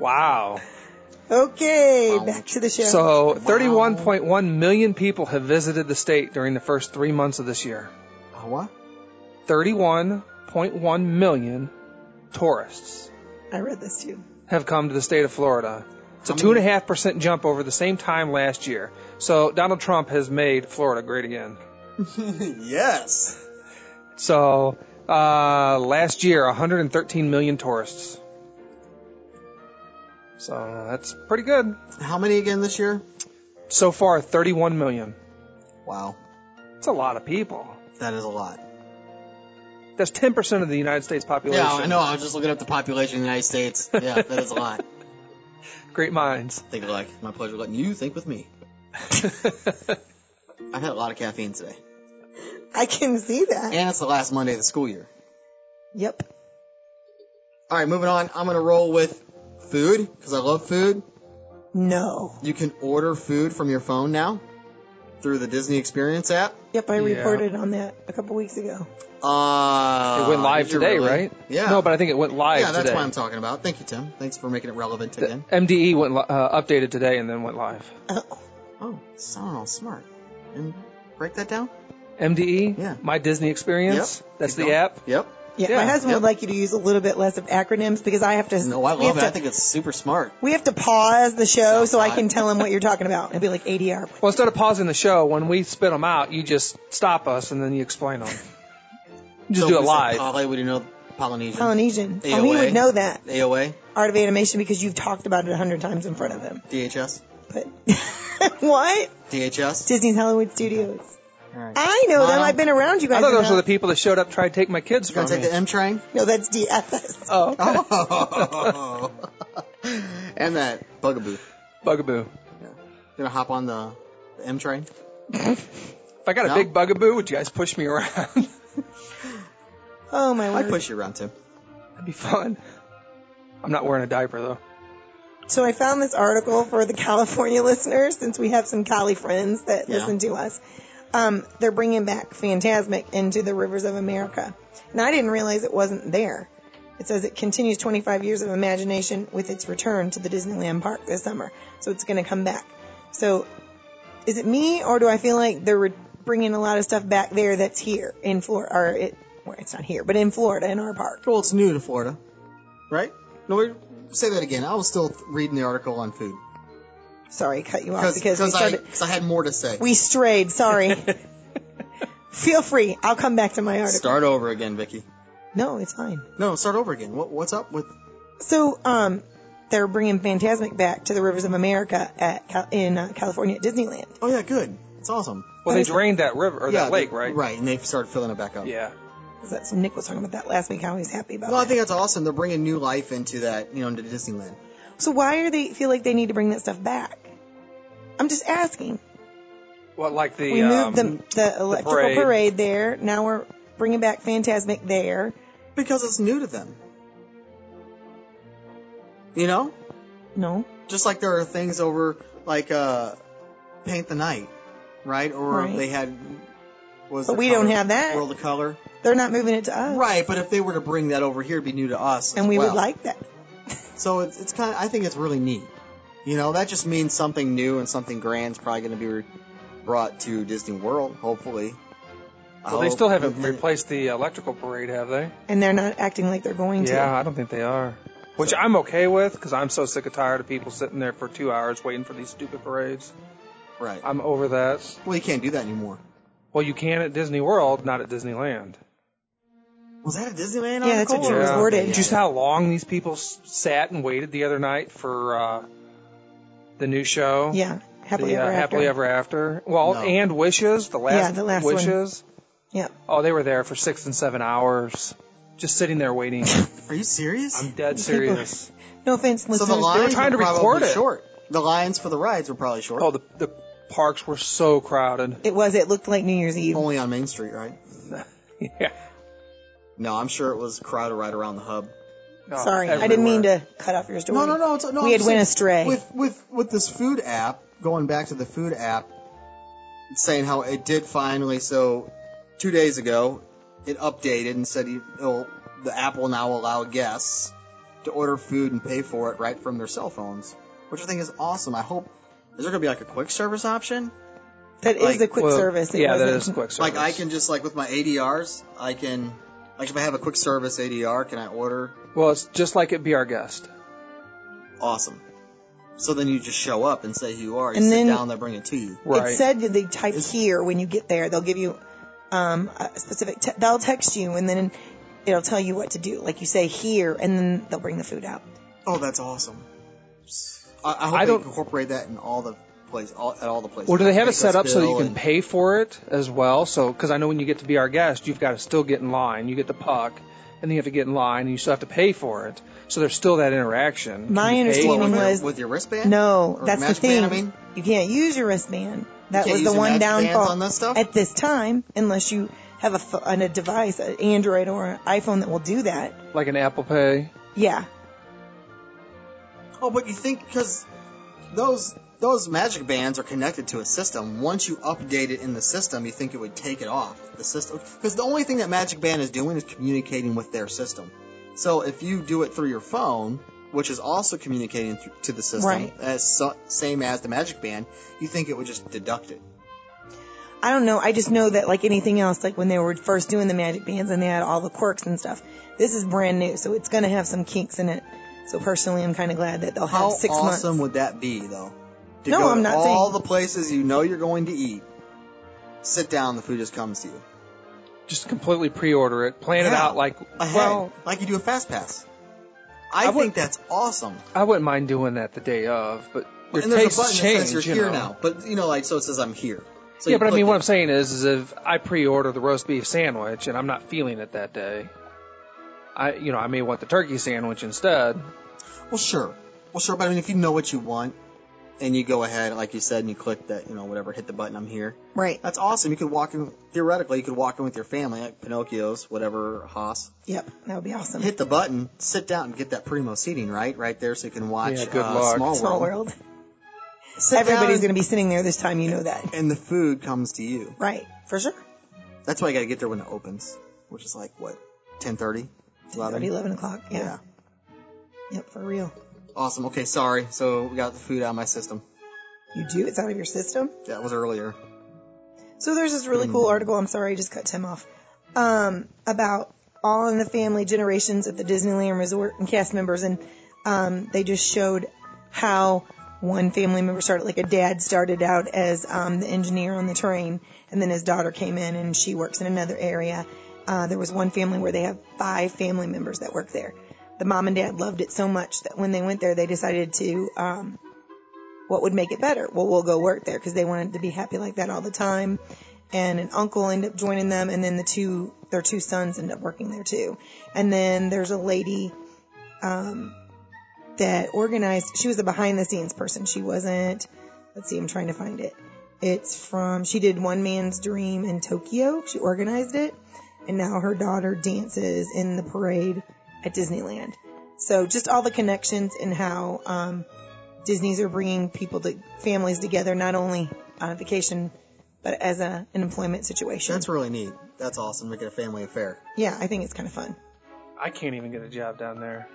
Speaker 5: Wow.
Speaker 4: Okay,
Speaker 3: Wow.
Speaker 4: back to the show.
Speaker 5: So 31.1 million people have visited the state during the first three months of this year.
Speaker 3: Oh, what?
Speaker 5: 31.1 million tourists
Speaker 4: I read this too.
Speaker 5: have come to the state of Florida. It's a
Speaker 3: How
Speaker 5: two and a
Speaker 3: many-
Speaker 5: half percent jump over the same time last year. So Donald Trump has made Florida great again.
Speaker 3: yes.
Speaker 5: So uh, last year, 113 million tourists. So that's pretty good.
Speaker 3: How many again this year?
Speaker 5: So far, 31 million.
Speaker 3: Wow,
Speaker 5: It's a lot of people.
Speaker 3: that is a lot.
Speaker 5: That's 10% of the United States population.
Speaker 3: Yeah, I know. I was just looking up the population of the United States. Yeah, that is a lot.
Speaker 5: Great minds.
Speaker 3: Think alike. My pleasure letting you think with me. I had a lot of caffeine today,
Speaker 4: I can see that.
Speaker 3: and it's the last Monday of the school year.
Speaker 4: Yep.
Speaker 3: All right, moving on. I'm gonna roll with food because I love food.
Speaker 4: No.
Speaker 3: You can order food from your phone now through the Disney Experience app.
Speaker 4: Yep, I
Speaker 5: Yeah.
Speaker 4: reported on that a couple weeks ago.
Speaker 3: Uh,
Speaker 5: it went live
Speaker 3: did you
Speaker 5: today,
Speaker 3: really?
Speaker 5: right?
Speaker 3: Yeah.
Speaker 5: No, but I think it went live
Speaker 3: yeah, that's
Speaker 5: today.
Speaker 3: what I'm talking about. Thank you, Tim. Thanks for making it relevant again.
Speaker 5: MDE went li- uh, updated today and then went live.
Speaker 4: Oh,
Speaker 3: Oh, sound all smart. And break that down.
Speaker 5: MDE,
Speaker 3: Yeah.
Speaker 5: E? My Disney Experience.
Speaker 3: Yep.
Speaker 5: That's
Speaker 3: Keep
Speaker 5: the
Speaker 3: going.
Speaker 5: app.
Speaker 3: Yep.
Speaker 4: yeah.
Speaker 5: Yeah,
Speaker 4: my husband
Speaker 3: yep.
Speaker 4: would like you to use a little bit less of acronyms because I have to.
Speaker 3: No, I
Speaker 4: we have
Speaker 3: love it.
Speaker 4: to-
Speaker 3: I think it's super smart.
Speaker 4: we have to pause the show so I
Speaker 3: hot.
Speaker 4: can tell him what you're talking about. It'd be like ADR.
Speaker 5: Well, instead of pausing the show, when we spit them out, you just stop us and then you explain them. You just
Speaker 3: So
Speaker 5: do it
Speaker 3: we say
Speaker 5: live.
Speaker 3: Poly, would you know Polynesian?
Speaker 4: Polynesian. Oh, he
Speaker 3: AOA.
Speaker 4: would know that
Speaker 3: AOA,
Speaker 4: art of animation because you've talked about it a hundred times in front of him.
Speaker 3: DHS,
Speaker 4: But what?
Speaker 3: DHS.
Speaker 4: Disney's Hollywood Studios.
Speaker 3: All right.
Speaker 4: I know them.
Speaker 3: Mom?
Speaker 4: I've been around you guys.
Speaker 5: I thought those
Speaker 4: enough.
Speaker 5: were the people that showed up trying to take my kids
Speaker 3: Gonna
Speaker 5: from
Speaker 3: take
Speaker 5: me.
Speaker 3: the M train.
Speaker 4: No, that's DFS.
Speaker 5: oh,
Speaker 3: Oh. and that bugaboo.
Speaker 5: bugaboo.
Speaker 3: Gonna hop on the, the M train.
Speaker 5: If I got a
Speaker 3: No.
Speaker 5: big bugaboo, would you guys push me around? That'd
Speaker 4: Oh my
Speaker 3: I'd
Speaker 4: word.
Speaker 3: push you around, Tim.
Speaker 5: be fun. I'm not wearing a diaper though.
Speaker 4: So I found this article for the California listeners since we have some Cali friends that
Speaker 3: Yeah.
Speaker 4: listen to us. Um, they're bringing back Fantasmic into the rivers of America. And I didn't realize it wasn't there. It says it continues 25 years of imagination with its return to the Disneyland park this summer. So it's going to come back. So is it me or do I feel like they're re- bringing a lot of stuff back there that's here in Florida or it, well, it's not here, but in Florida in our park.
Speaker 3: Well, it's new to Florida, right? No, wait, say that again. I was still th- reading the article on food
Speaker 4: Sorry, I cut you off
Speaker 3: because
Speaker 4: because we
Speaker 3: I,
Speaker 4: started.
Speaker 3: 'cause I had more to say.
Speaker 4: We strayed. Sorry. Feel free. I'll come back to my article.
Speaker 3: start over again, Vicky.
Speaker 4: No, it's fine.
Speaker 3: No, start over again. What, what's up with?
Speaker 4: So, um, they're bringing Fantasmic back to the Rivers of America at Cal- in uh, California at Disneyland.
Speaker 3: Oh yeah, good. It's awesome.
Speaker 5: Well, they drained that river or
Speaker 3: yeah,
Speaker 5: that lake,
Speaker 3: they-
Speaker 5: right?
Speaker 3: Right, and they've started filling it back up.
Speaker 5: Yeah.
Speaker 4: 'Cause That's Nick was talking about that last week. How he's happy about.
Speaker 3: No, I
Speaker 4: that.
Speaker 3: think that's awesome. They're bringing new life into that, you know, into Disneyland.
Speaker 4: So why are they feel like they need to bring that stuff back? I'm just asking.
Speaker 5: What like the
Speaker 4: we
Speaker 5: um,
Speaker 4: moved the, the electrical
Speaker 5: parade.
Speaker 4: parade. there. Now we're bringing back Fantasmic there.
Speaker 3: Because it's new to them. You know?
Speaker 4: No,
Speaker 3: Just like there are things over, like, uh, Paint the Night, right? Or
Speaker 4: Right.
Speaker 3: they had, was
Speaker 4: But
Speaker 3: it
Speaker 4: we
Speaker 3: color?
Speaker 4: don't have that.
Speaker 3: World of Color.
Speaker 4: they're not moving it to us,
Speaker 3: Right, but if they were to bring that over here, it'd be new to us.
Speaker 4: and
Speaker 3: as
Speaker 4: we
Speaker 3: well.
Speaker 4: would like that.
Speaker 3: So it's, it's kind of, I think it's really neat. You know, that just means something new and something grand's probably going to be re- brought to Disney World, hopefully. I
Speaker 5: Well, they
Speaker 3: hope.
Speaker 5: still haven't replaced the electrical parade, have they?
Speaker 4: And they're not acting like they're going to.
Speaker 5: Yeah, I don't think they are. Which I'm okay with because I'm so sick and tired of people sitting there for two hours waiting for these stupid parades.
Speaker 3: Right.
Speaker 5: I'm over that.
Speaker 3: Well, you can't do that anymore.
Speaker 5: Well, you can at Disney World, not at Disneyland.
Speaker 3: Was that a Disneyland?
Speaker 4: Yeah, that's
Speaker 3: article
Speaker 4: what you
Speaker 3: or-
Speaker 4: was
Speaker 5: Yeah.
Speaker 4: worded.
Speaker 5: Just how long these people s- sat and waited the other night for uh, the new show.
Speaker 4: Yeah, happily
Speaker 5: the, uh,
Speaker 4: ever after.
Speaker 5: Happily Ever After. Well,
Speaker 3: No.
Speaker 5: and Wishes, the last,
Speaker 4: Yeah, the last one.
Speaker 5: Wishes.
Speaker 4: Yeah.
Speaker 5: Oh, they were there for six and seven hours, just sitting there waiting.
Speaker 3: Are you serious?
Speaker 5: I'm dead serious.
Speaker 4: No offense,
Speaker 3: so
Speaker 4: listeners.
Speaker 3: the
Speaker 4: there
Speaker 3: lines
Speaker 4: was-
Speaker 5: trying to
Speaker 3: were probably
Speaker 5: record it.
Speaker 3: short. The lines for the rides were probably short.
Speaker 5: Oh, the the parks were so crowded.
Speaker 4: it was. It looked like New Year's Eve.
Speaker 3: Only on Main Street, right?
Speaker 5: Yeah.
Speaker 3: No, I'm sure it was crowded right around the hub.
Speaker 5: No,
Speaker 4: Sorry, I
Speaker 5: everywhere.
Speaker 4: didn't mean to cut off your story.
Speaker 3: No, no, no. It's, no
Speaker 4: We
Speaker 3: I'm
Speaker 4: had
Speaker 3: just
Speaker 4: went
Speaker 3: saying,
Speaker 4: astray.
Speaker 3: With with with this food app, going back to the food app, it's saying how it did finally. So two days ago, it updated and said you- it'll, the app will now allow guests to order food and pay for it right from their cell phones, which I think is awesome. I hope is there gonna be like a quick service option?
Speaker 4: That is
Speaker 3: like-
Speaker 4: the quick
Speaker 5: Well,
Speaker 4: service. It
Speaker 5: Yeah, that
Speaker 4: wasn't-
Speaker 5: is quick service.
Speaker 3: Like I can just like with my ADRs, I can like if I have a quick service ADR, can I order?
Speaker 5: Well, it's just like it be our guest.
Speaker 3: Awesome. So then you just show up and say who you are. You
Speaker 4: And
Speaker 3: sit
Speaker 4: then-
Speaker 3: down, they bring it to you.
Speaker 5: Right.
Speaker 4: It said that they type here when you get there. They'll give you um, a specific. Te- they'll text you and then it'll tell you what to do. Like you say here, and then they'll bring the food out.
Speaker 3: Oh, that's awesome. I, I hope
Speaker 5: I
Speaker 3: they
Speaker 5: don't-
Speaker 3: incorporate that in all the place, all, at all the places.
Speaker 5: Or do they have it
Speaker 3: Because
Speaker 5: set up so that you
Speaker 3: Bill
Speaker 5: can
Speaker 3: and-
Speaker 5: pay for it as well? So, because I know when you get to be our guest, you've got to still get in line. You get the puck, and then you have to get in line, and you still have to pay for it. So there's still that interaction. Can
Speaker 4: My
Speaker 5: you pay?
Speaker 3: What,
Speaker 4: understanding-
Speaker 3: with, your,
Speaker 4: was-
Speaker 3: with your wristband?
Speaker 4: No,
Speaker 3: Or
Speaker 4: that's the
Speaker 3: magic
Speaker 4: thing.
Speaker 3: Band, I mean,
Speaker 4: You can't use your wristband. That
Speaker 3: can't
Speaker 4: was
Speaker 3: use
Speaker 4: the
Speaker 3: your
Speaker 4: one
Speaker 3: magic bands
Speaker 4: downfall
Speaker 3: on this stuff?
Speaker 4: at this time, unless you have a, pho- on a device, an Android or an iPhone that will do that.
Speaker 5: Like an Apple Pay.
Speaker 4: Yeah,
Speaker 3: oh, but you think because those those magic bands are connected to a system. Once you update it in the system, you think it would take it off the system. Because the only thing that magic band is doing is communicating with their system. So if you do it through your phone, which is also communicating th- to the system,
Speaker 4: Right.
Speaker 3: as so, same as the magic band, you think it would just deduct it.
Speaker 4: I don't know. I just know that like anything else, like when they were first doing the magic bands and they had all the quirks and stuff, this is brand new, so it's gonna have some kinks in it. So personally, I'm kind of glad that they'll have
Speaker 3: How
Speaker 4: six
Speaker 3: awesome
Speaker 4: months.
Speaker 3: would that be, though? To
Speaker 4: No,
Speaker 3: go
Speaker 4: I'm
Speaker 3: to
Speaker 4: not
Speaker 3: all
Speaker 4: saying-
Speaker 3: the places you know you're going to eat. Sit down, the food just comes to you.
Speaker 5: Just completely pre-order it, plan it
Speaker 3: Yeah.
Speaker 5: out. Like,
Speaker 3: Ahead,
Speaker 5: well,
Speaker 3: like you do a fast pass. I,
Speaker 5: I
Speaker 3: think
Speaker 5: would-
Speaker 3: that's awesome.
Speaker 5: I wouldn't mind doing that the day of, but your
Speaker 3: and there's a
Speaker 5: tastes
Speaker 3: button
Speaker 5: change.
Speaker 3: that says you're
Speaker 5: you
Speaker 3: here
Speaker 5: know.
Speaker 3: now, but you know, like so it says I'm here. So
Speaker 5: yeah,
Speaker 3: you
Speaker 5: but I
Speaker 3: click
Speaker 5: mean, what
Speaker 3: it.
Speaker 5: I'm saying is, is if I pre-order the roast beef sandwich and I'm not feeling it that day, I, you know, I may want the turkey sandwich instead.
Speaker 3: Well, sure. Well, sure, but I mean, if you know what you want, and you go ahead, like you said, and you click that, you know, whatever, hit the button, I'm here.
Speaker 4: Right.
Speaker 3: That's awesome. You could walk in, theoretically, you could walk in with your family, like Pinocchio's, whatever, Haas.
Speaker 4: Yep, that would be awesome.
Speaker 3: hit the button, sit down, and get that primo seating right, right there, so you can watch
Speaker 5: Yeah, good
Speaker 3: uh,
Speaker 5: luck.
Speaker 3: Small World.
Speaker 4: Small world.
Speaker 3: Sit
Speaker 4: Everybody's
Speaker 3: down,
Speaker 4: gonna be sitting there this time. You know that,
Speaker 3: and the food comes to you.
Speaker 4: right? For sure.
Speaker 3: That's why you got to get there when it opens, which is like what, 10:30,
Speaker 4: 30,
Speaker 3: 11.
Speaker 4: 11 o'clock. Yeah.
Speaker 3: Yeah.
Speaker 4: Yep, for real.
Speaker 3: Awesome. Okay, sorry. So we got the food out of my system.
Speaker 4: You do? It's out of your system?
Speaker 3: That was earlier.
Speaker 4: So there's this really cool article. I'm sorry, I just cut Tim off. Um, about all in the family generations at the Disneyland Resort and cast members, and um, they just showed how one family member started. Like a dad started out as um, the engineer on the train, and then his daughter came in and she works in another area. Uh, there was one family where they have five family members that work there. The mom and dad loved it so much that when they went there, they decided to um, what would make it better? Well, we'll go work there because they wanted to be happy like that all the time. And an uncle ended up joining them, and then the two their two sons ended up working there too. And then there's a lady um, that organized. She was a behind the scenes person. She wasn't. Let's see. I'm trying to find it. It's from, she did One Man's Dream in Tokyo. She organized it. And now her daughter dances in the parade at Disneyland. So just all the connections and how, um, Disney's are bringing people to families together, not only on vacation, but as a, an employment situation.
Speaker 3: That's really neat. That's awesome. Make it a family affair.
Speaker 4: yeah, I think it's kind of fun.
Speaker 5: I can't even get a job down there.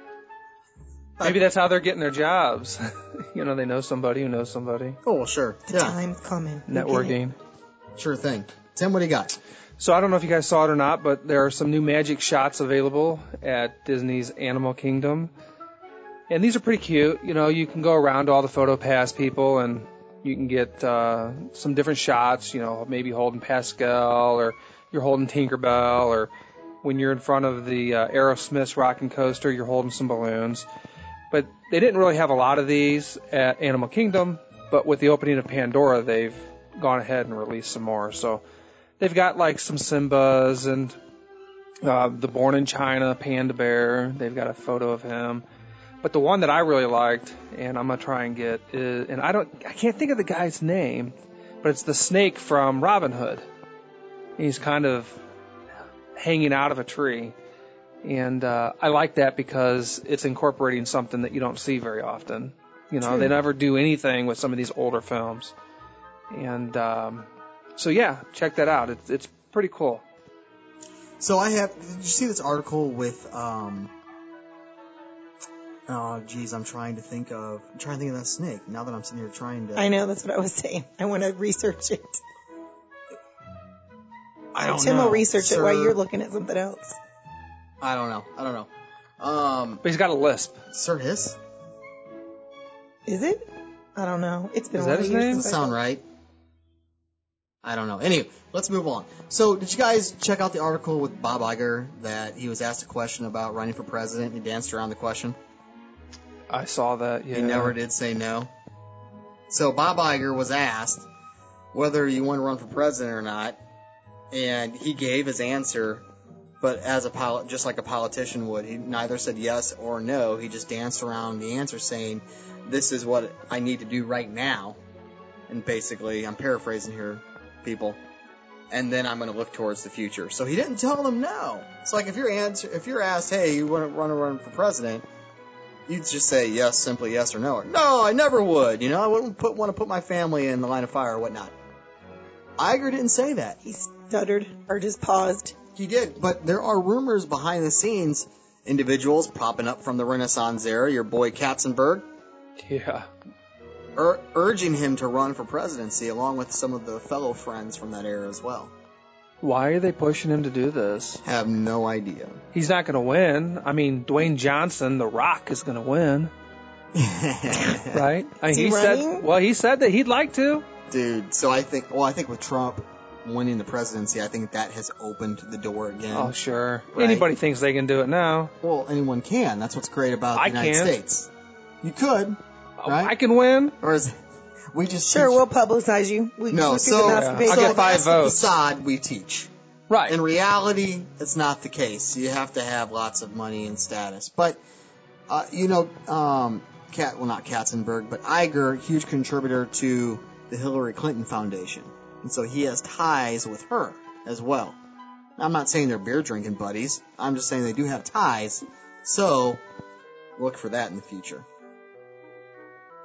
Speaker 5: Maybe that's how they're getting their jobs. you know, they know somebody who knows somebody.
Speaker 3: Oh, well, sure.
Speaker 4: The
Speaker 3: yeah,
Speaker 4: time's coming. We'll get it.
Speaker 5: Networking.
Speaker 3: sure thing. Tim, what do you got?
Speaker 5: So I don't know if you guys saw it or not, but there are some new magic shots available at Disney's Animal Kingdom. And these are pretty cute. You know, you can go around to all the photo pass people and you can get uh, some different shots, you know, maybe holding Pascal or you're holding Tinkerbell or when you're in front of the uh, Aerosmith's rocking coaster, you're holding some balloons. But they didn't really have a lot of these at Animal Kingdom, but with the opening of Pandora, they've gone ahead and released some more. So they've got like some Simbas and uh, the Born in China panda bear. They've got a photo of him. But the one that I really liked, and I'm gonna try and get, is, and I don't, I can't think of the guy's name, but it's the snake from Robin Hood. He's kind of hanging out of a tree, and uh, I like that because it's incorporating something that you don't see very often. You know, they never do anything with some of these older films, and um, so yeah, check that out. It's it's pretty cool.
Speaker 3: So I have. Did you see this article with? um Oh, geez, I'm trying to think of. I'm trying to think of that snake. Now that I'm sitting here trying to.
Speaker 4: I know, that's what I was saying. I want to research it.
Speaker 3: I
Speaker 5: Oh,
Speaker 3: don't
Speaker 4: Tim
Speaker 3: know.
Speaker 4: will research it while
Speaker 3: Sir-
Speaker 4: you're looking at something else.
Speaker 3: I don't know. I don't know. Um,
Speaker 5: But he's got a lisp.
Speaker 3: Sir Hiss.
Speaker 4: Is it? I don't know. It's been
Speaker 5: Is
Speaker 4: a
Speaker 5: that
Speaker 4: while
Speaker 5: his
Speaker 4: years
Speaker 5: name?
Speaker 4: since
Speaker 3: Doesn't
Speaker 4: I-
Speaker 3: sound right. I don't know. Anyway, let's move on. So, did you guys check out the article with Bob Iger that he was asked a question about running for president and he danced around the question?
Speaker 5: I saw that. Yeah.
Speaker 3: He never did say no. So, Bob Iger was asked whether you want to run for president or not, and he gave his answer, but as a pol- just like a politician would, he neither said yes or no. He just danced around the answer, saying, "This is what I need to do right now," and basically, I'm paraphrasing here, people. And then I'm going to look towards the future. So he didn't tell them no. It's like if you're answer, if you're asked, "Hey, you want to run run for president?" You'd just say yes, simply yes or no. Or, no, I never would. You know, I wouldn't put want to put my family in the line of fire or whatnot. Iger didn't say that.
Speaker 4: He stuttered or just paused.
Speaker 3: He did, but there are rumors behind the scenes, individuals popping up from the Renaissance era, your boy Katzenberg,
Speaker 5: Yeah.
Speaker 3: ur- urging him to run for presidency along with some of the fellow friends from that era as well.
Speaker 5: Why are they pushing him to do this?
Speaker 3: Have no idea.
Speaker 5: He's not going to win. I mean, Dwayne Johnson, The Rock, is going to win, right? I mean,
Speaker 4: he
Speaker 5: said,
Speaker 4: running?
Speaker 5: well, he said that he'd like to.
Speaker 3: Dude, so I think, well, I think with Trump winning the presidency, I think that has opened the door again.
Speaker 5: Oh, sure.
Speaker 3: Right.
Speaker 5: Anybody thinks they can do it now.
Speaker 3: Well, anyone can. That's what's great about the
Speaker 5: I
Speaker 3: United
Speaker 5: can.
Speaker 3: States. You could,
Speaker 5: Oh,
Speaker 3: Right.
Speaker 5: I can win.
Speaker 3: or is we just
Speaker 4: Sure,
Speaker 3: teach-
Speaker 4: we'll publicize you. We,
Speaker 3: no,
Speaker 4: we
Speaker 3: so,
Speaker 4: could
Speaker 5: Yeah.
Speaker 4: not
Speaker 3: so
Speaker 5: I'll get five
Speaker 3: that's the
Speaker 5: votes.
Speaker 3: facade we teach.
Speaker 5: Right.
Speaker 3: in reality, it's not the case. You have to have lots of money and status. But, uh, you know, um, Kat, well, not Katzenberg, but Iger, huge contributor to the Hillary Clinton Foundation. And so he has ties with her as well. I'm not saying they're beer drinking buddies. I'm just saying they do have ties. So, look for that in the future.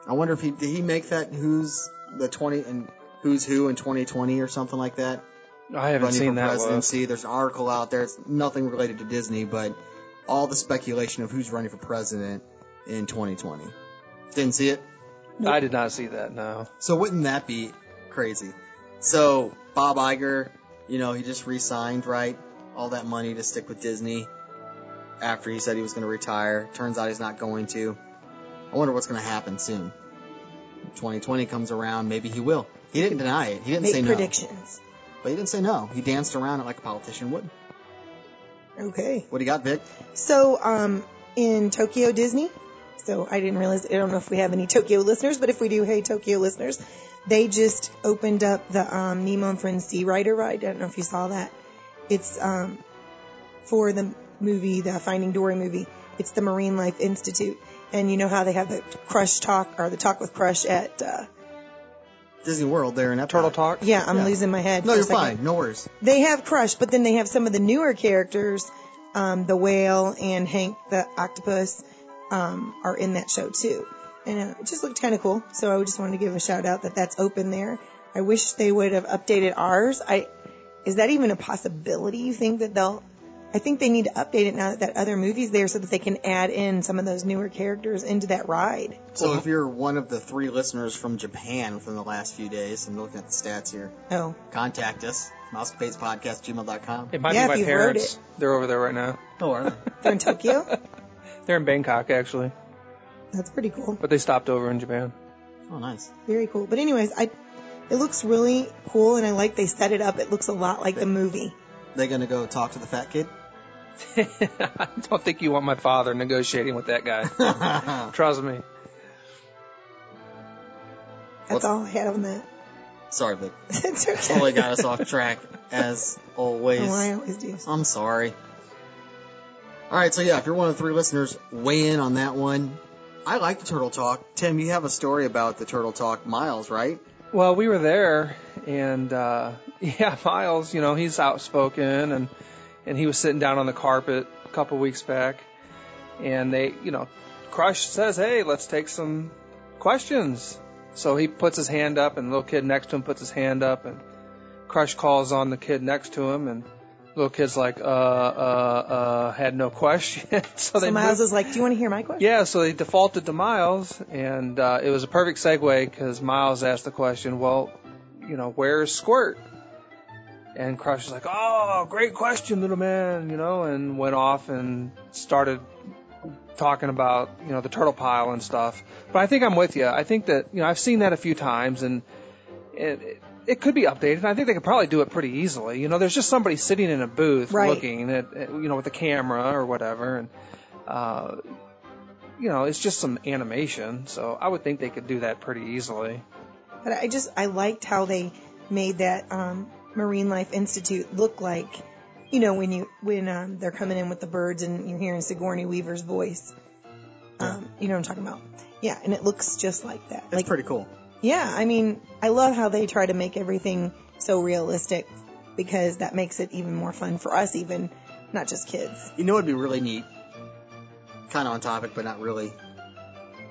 Speaker 3: I wonder if he, did he make that who's the 20 and who's who in 2020 or something like that?
Speaker 5: I haven't
Speaker 3: running
Speaker 5: seen
Speaker 3: for
Speaker 5: that one.
Speaker 3: presidency. There's an article out there. It's nothing related to Disney, but all the speculation of who's running for president in 2020. Didn't see it.
Speaker 5: I did not see that. No.
Speaker 3: So wouldn't that be crazy? So Bob Iger, you know, he just re-signed, right? All that money to stick with Disney after he said he was going to retire. Turns out he's not going to. I wonder what's going to happen soon. 2020 comes around, maybe he will. He didn't deny it. He didn't say
Speaker 4: make
Speaker 3: no.
Speaker 4: predictions.
Speaker 3: But he didn't say no. He danced around it like a politician would.
Speaker 4: Okay.
Speaker 3: What do you got, Vic?
Speaker 4: So, um, in Tokyo Disney, so I didn't realize, I don't know if we have any Tokyo listeners, but if we do, hey, Tokyo listeners, they just opened up the um, Nemo and Friends Sea Rider ride. I don't know if you saw that. It's um, for the movie, the Finding Dory movie. It's the Marine Life Institute. And you know how they have the Crush Talk or the Talk with Crush at uh,
Speaker 3: Disney World there in Epcot.
Speaker 5: Turtle Talk.
Speaker 4: Yeah, I'm
Speaker 3: Yeah.
Speaker 4: losing my head.
Speaker 3: No,
Speaker 4: for a
Speaker 3: you're
Speaker 4: second.
Speaker 3: fine. No worries.
Speaker 4: They have Crush, but then they have some of the newer characters, um, the whale and Hank the octopus, um, are in that show too. And uh, it just looked kind of cool. So I just wanted to give a shout out that that's open there. I wish they would have updated ours. I, is that even a possibility? You think that they'll, I think they need to update it now that that other movie's there so that they can add in some of those newer characters into that ride.
Speaker 3: So if you're one of the three listeners from Japan within the last few days, I'm looking at the stats here.
Speaker 4: Oh,
Speaker 3: Contact us, mousepatepodcast@gmail.com.
Speaker 5: It might
Speaker 4: Yeah, if
Speaker 5: be my
Speaker 4: you've heard
Speaker 5: parents.
Speaker 4: it.
Speaker 5: They're over there right now.
Speaker 3: Oh, are they?
Speaker 4: they're in Tokyo?
Speaker 5: They're in Bangkok actually,
Speaker 4: That's pretty cool.
Speaker 5: but they stopped over in Japan.
Speaker 3: Oh, nice.
Speaker 4: Very cool. But anyways, I it looks really cool and I like they set it up. It looks a lot like the movie.
Speaker 3: They gonna go talk to the fat kid?
Speaker 5: I don't think you want my father negotiating with that guy. Trust me.
Speaker 4: That's all I had on that.
Speaker 3: Sorry, Vic.
Speaker 4: That's okay.
Speaker 3: Totally got us off track as always.
Speaker 4: Oh, I always do.
Speaker 3: I'm sorry. All right, so yeah, if you're one of the three listeners, weigh in on that one. I like the turtle talk. Tim, you have a story about the turtle talk, Miles, right?
Speaker 5: Well, we were there, and uh, yeah, Miles, you know, he's outspoken, and and he was sitting down on the carpet a couple weeks back, and they, you know, Crush says, "Hey, let's take some questions." So he puts his hand up, and the little kid next to him puts his hand up, and Crush calls on the kid next to him, and the little kid's like, "Uh, uh, uh," had no question. so they
Speaker 4: So
Speaker 5: moved-
Speaker 4: Miles was like, "Do you want to hear my question?"
Speaker 5: yeah, so they defaulted to Miles, and uh, it was a perfect segue because Miles asked the question, well, you know, where's Squirt? And Crush was like, oh, great question, little man, you know, and went off and started talking about, you know, the turtle pile and stuff. But I think I'm with you. I think that, you know, I've seen that a few times, and it, it could be updated. and I think they could probably do it pretty easily. You know, there's just somebody sitting in a booth
Speaker 4: Right.
Speaker 5: looking at, at, you know, with a camera or whatever, and uh, you know, it's just some animation, so I would think they could do that pretty easily.
Speaker 4: But I just I liked how they made that um, Marine Life Institute look like, you know, when you when um, they're coming in with the birds and you're hearing Sigourney Weaver's voice. Um, you know what I'm talking about? Yeah, and it looks just like that.
Speaker 3: It's
Speaker 4: like
Speaker 3: pretty cool.
Speaker 4: Yeah, I mean, I love how they try to make everything so realistic because that makes it even more fun for us, even not just kids.
Speaker 3: You know what'd be really neat? Kind of on topic, but not really.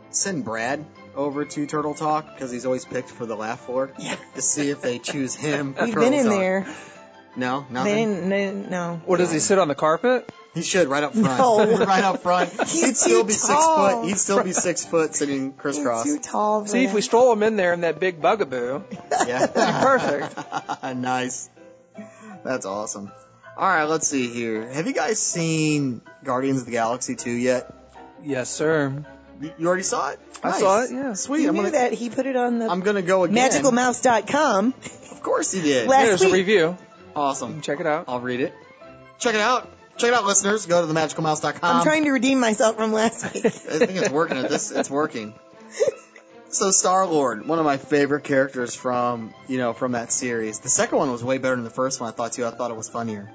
Speaker 3: Send Brad over to Turtle Talk because he's always picked for the laugh floor
Speaker 4: Yeah.
Speaker 3: to see if they choose him. for
Speaker 4: We've
Speaker 3: Turtle
Speaker 4: been in
Speaker 3: Talk.
Speaker 4: there.
Speaker 3: No,
Speaker 4: They
Speaker 3: nothing.
Speaker 4: didn't, they didn't know.
Speaker 5: What does he sit on the carpet?
Speaker 3: He should right up front.
Speaker 4: No.
Speaker 3: right up front.
Speaker 4: He's
Speaker 3: He'd still
Speaker 4: too
Speaker 3: be six
Speaker 4: tall.
Speaker 3: foot. He'd still be six foot sitting crisscross.
Speaker 4: Too tall. For
Speaker 5: See, if
Speaker 4: that.
Speaker 5: we stroll him in there in that big bugaboo,
Speaker 3: Yeah.
Speaker 5: Perfect.
Speaker 3: nice. That's awesome. All right, let's see here. Have you guys seen Guardians of the Galaxy 2 yet?
Speaker 5: yes, sir.
Speaker 3: You you already saw it?
Speaker 5: I saw it, yeah.
Speaker 3: Sweet.
Speaker 4: you
Speaker 3: I'm
Speaker 4: knew
Speaker 3: gonna,
Speaker 4: that he put it on the
Speaker 3: I'm gonna go again.
Speaker 4: magicalmouse.com.
Speaker 3: Of course he did.
Speaker 4: Last
Speaker 5: There's a
Speaker 4: week.
Speaker 5: review.
Speaker 3: Awesome.
Speaker 5: Check it out.
Speaker 3: I'll read it. Check it out. Check it out, listeners. Go to themagicalmouse.com.
Speaker 4: I'm trying to redeem myself from last week.
Speaker 3: I think it's working. At this, it's working. So Star Lord, one of my favorite characters from you know from that series. The second one was way better than the first one. I thought too. I thought it was funnier.